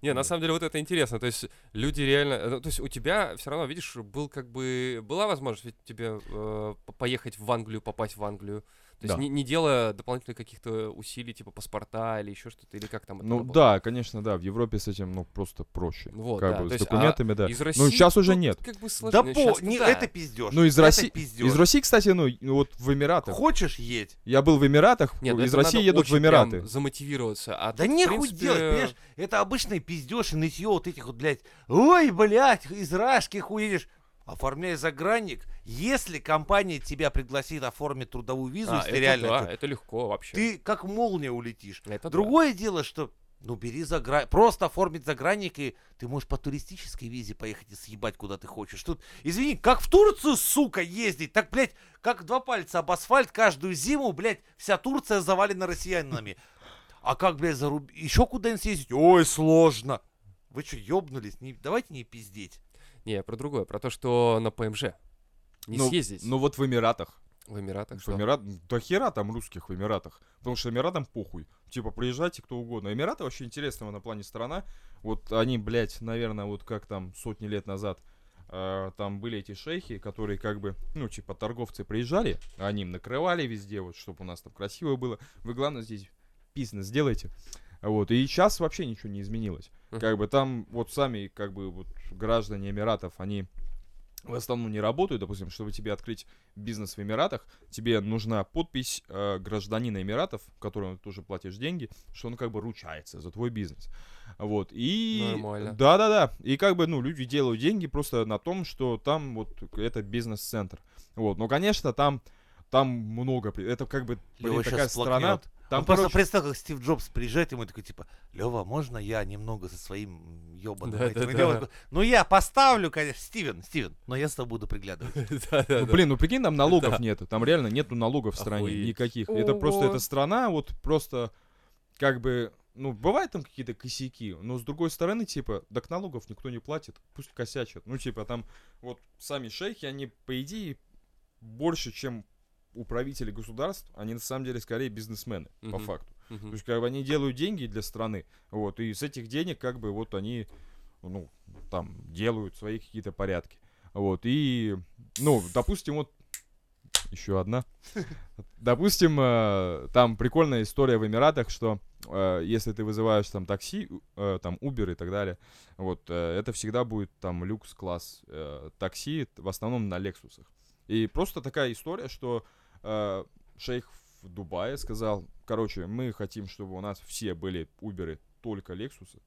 S2: Не, на самом деле вот это интересно. То есть люди реально, э, ну, то есть у тебя все равно видишь был как бы была возможность ведь тебе э, по- поехать в Англию, попасть в Англию. То есть
S4: Да.
S2: не, не делая дополнительных каких-то усилий типа паспорта или еще что-то или как там. это
S4: Ну
S2: было.
S4: да, конечно, да, в Европе с этим, ну, просто проще.
S2: Вот,
S4: как
S2: да,
S4: бы
S2: то
S4: с
S2: есть, а
S4: документами, да.
S2: Из России.
S4: Ну, сейчас уже
S2: тут
S4: нет.
S2: Как бы
S1: Да
S2: сложно. Ну,
S1: по,
S2: щас-то
S1: не,
S2: да.
S1: это пиздеж.
S4: Ну, из
S1: это
S4: России-
S1: пиздёж.
S4: Из России, кстати, ну, и вот в Эмиратах.
S1: Хочешь едь?
S4: Я был в Эмиратах,
S2: Нет, ну
S4: из
S2: это
S4: России
S2: надо
S4: едут в
S2: очень прям
S4: Эмираты.
S2: замотивироваться. А
S1: Да
S2: тут, в
S1: нехуй делать,
S2: принципе, а,
S1: понимаешь? Это обычный пиздеж и нытье вот этих вот, блядь, ой, блядь, из Рашки хуедешь. Оформляй загранник. Если компания тебя пригласит оформить трудовую визу,
S2: а,
S1: если
S2: это
S1: реально,
S2: да,
S1: это,
S2: это легко вообще.
S1: ты как молния улетишь.
S2: Это да.
S1: Другое дело, что Ну, бери загра... Просто оформить загранник, и ты можешь по туристической визе поехать и съебать, куда ты хочешь. Тут, извини, как в Турцию, сука, ездить? Так, блядь, как два пальца об асфальт каждую зиму, блядь, вся Турция завалена россиянами. А как, блядь, заруб... еще куда-нибудь съездить? Ой, сложно. Вы что, ёбнулись? Не... Давайте не пиздеть.
S2: Не, я про другое, про то, что на ПМЖ. Не
S4: Ну,
S2: съездить
S4: Ну вот в Эмиратах.
S2: в Эмиратах.
S4: в
S2: что?
S4: Эмират... Да хера там русских в Эмиратах. Потому что Эмиратам похуй. Типа, приезжайте кто угодно. Эмираты вообще интересная в этом плане страна. Вот они, блядь, наверное, вот как там сотни лет назад э, там были эти шейхи, которые как бы, ну, типа, торговцы приезжали, а они им накрывали везде, вот, чтобы у нас там красиво было. Вы, главное, здесь бизнес сделайте. Вот, и сейчас вообще ничего не изменилось.
S2: Мгм.
S4: Как бы там вот сами, как бы, вот граждане Эмиратов, они в основном не работают, допустим, чтобы тебе открыть бизнес в Эмиратах, тебе нужна подпись э, гражданина Эмиратов, которому ты тоже платишь деньги, что он как бы ручается за твой бизнес. Вот, и...
S2: Нормально.
S4: Да-да-да, и как бы, ну, люди делают деньги просто на том, что там вот это бизнес-центр. Вот, но, конечно, там, там много, при- это как бы, блин,
S1: Лёва
S4: такая
S1: щас
S4: страна,
S1: всплакнёт.
S4: там
S1: Он Ну, просто
S4: короче,
S1: представил, как Стив Джобс приезжает, ему такой, типа, Лева, можно я немного со своим м, ёбаным
S2: Да,
S1: этим?»
S2: да,
S1: И
S2: да.
S1: Лёва такой, ну я поставлю, конечно, Стивен, Стивен, но я с тобой буду приглядывать.
S2: Да-да-да.
S4: Ну, блин, ну прикинь, там налогов
S2: Да.
S4: нету. Там реально нету налогов в стране
S2: Охуеть.
S4: никаких. Это просто
S3: Ого.
S4: эта страна, вот просто как бы, ну, бывают там какие-то косяки, но с другой стороны, типа, так налогов никто не платит, пусть косячат. Ну, типа, там вот сами шейхи, они, по идее, больше, чем управители государств, они на самом деле скорее бизнесмены, по
S2: Мгм.
S4: факту.
S2: Мгм.
S4: То есть, как бы они делают деньги для страны, вот, и с этих денег, как бы, вот они, ну, там, делают свои какие-то порядки. Вот, и, ну, допустим, вот, еще одна. Допустим, э, там прикольная история в Эмиратах, что э, если ты вызываешь там такси, у- э, там Uber и так далее, вот, э, это всегда будет там люкс-класс э, такси, т- в основном на Лексусах. И просто такая история, что э, шейх в Дубае сказал, короче, мы хотим, чтобы у нас все были Uber только Лексусы.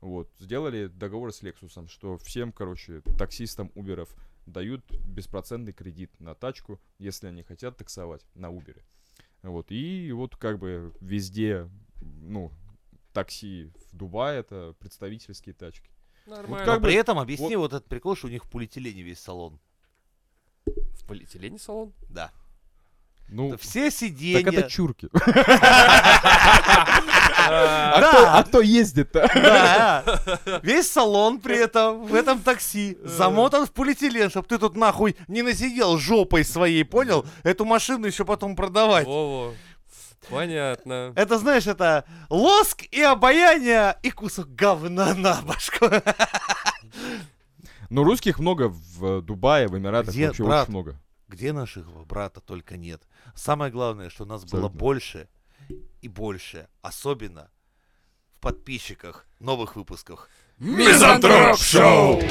S4: Вот, сделали договор с Лексусом, что всем, короче, таксистам Уберов дают беспроцентный кредит на тачку, если они хотят таксовать на Uber. Вот, и вот как бы везде, ну, такси в Дубае это представительские тачки.
S2: Нормально.
S1: Но
S4: как бы-
S1: при этом объясни вот этот прикол, что у них в полиэтилене весь салон.
S2: В полиэтилене салон?
S1: Да.
S4: Ну,
S1: Все
S4: так
S1: сиденья.
S4: это чурки. А кто- а кто ездит-то?
S1: Да. Весь салон при этом в этом такси замотан в полиэтилен, чтобы ты тут нахуй не насидел жопой своей, понял? Эту машину еще потом продавать.
S2: Во-во. Понятно.
S1: Это, знаешь, это лоск и обаяние и кусок говна на башку.
S4: Ну, русских много в э, Дубае, в Эмиратах
S1: Где,
S4: вообще
S1: брат?
S4: очень много.
S1: Где нашего брата только нет. Самое главное, что нас было
S4: Абсолютно.
S1: больше и больше, особенно в подписчиках новых выпусках.
S3: Мизантроп
S2: Шоу!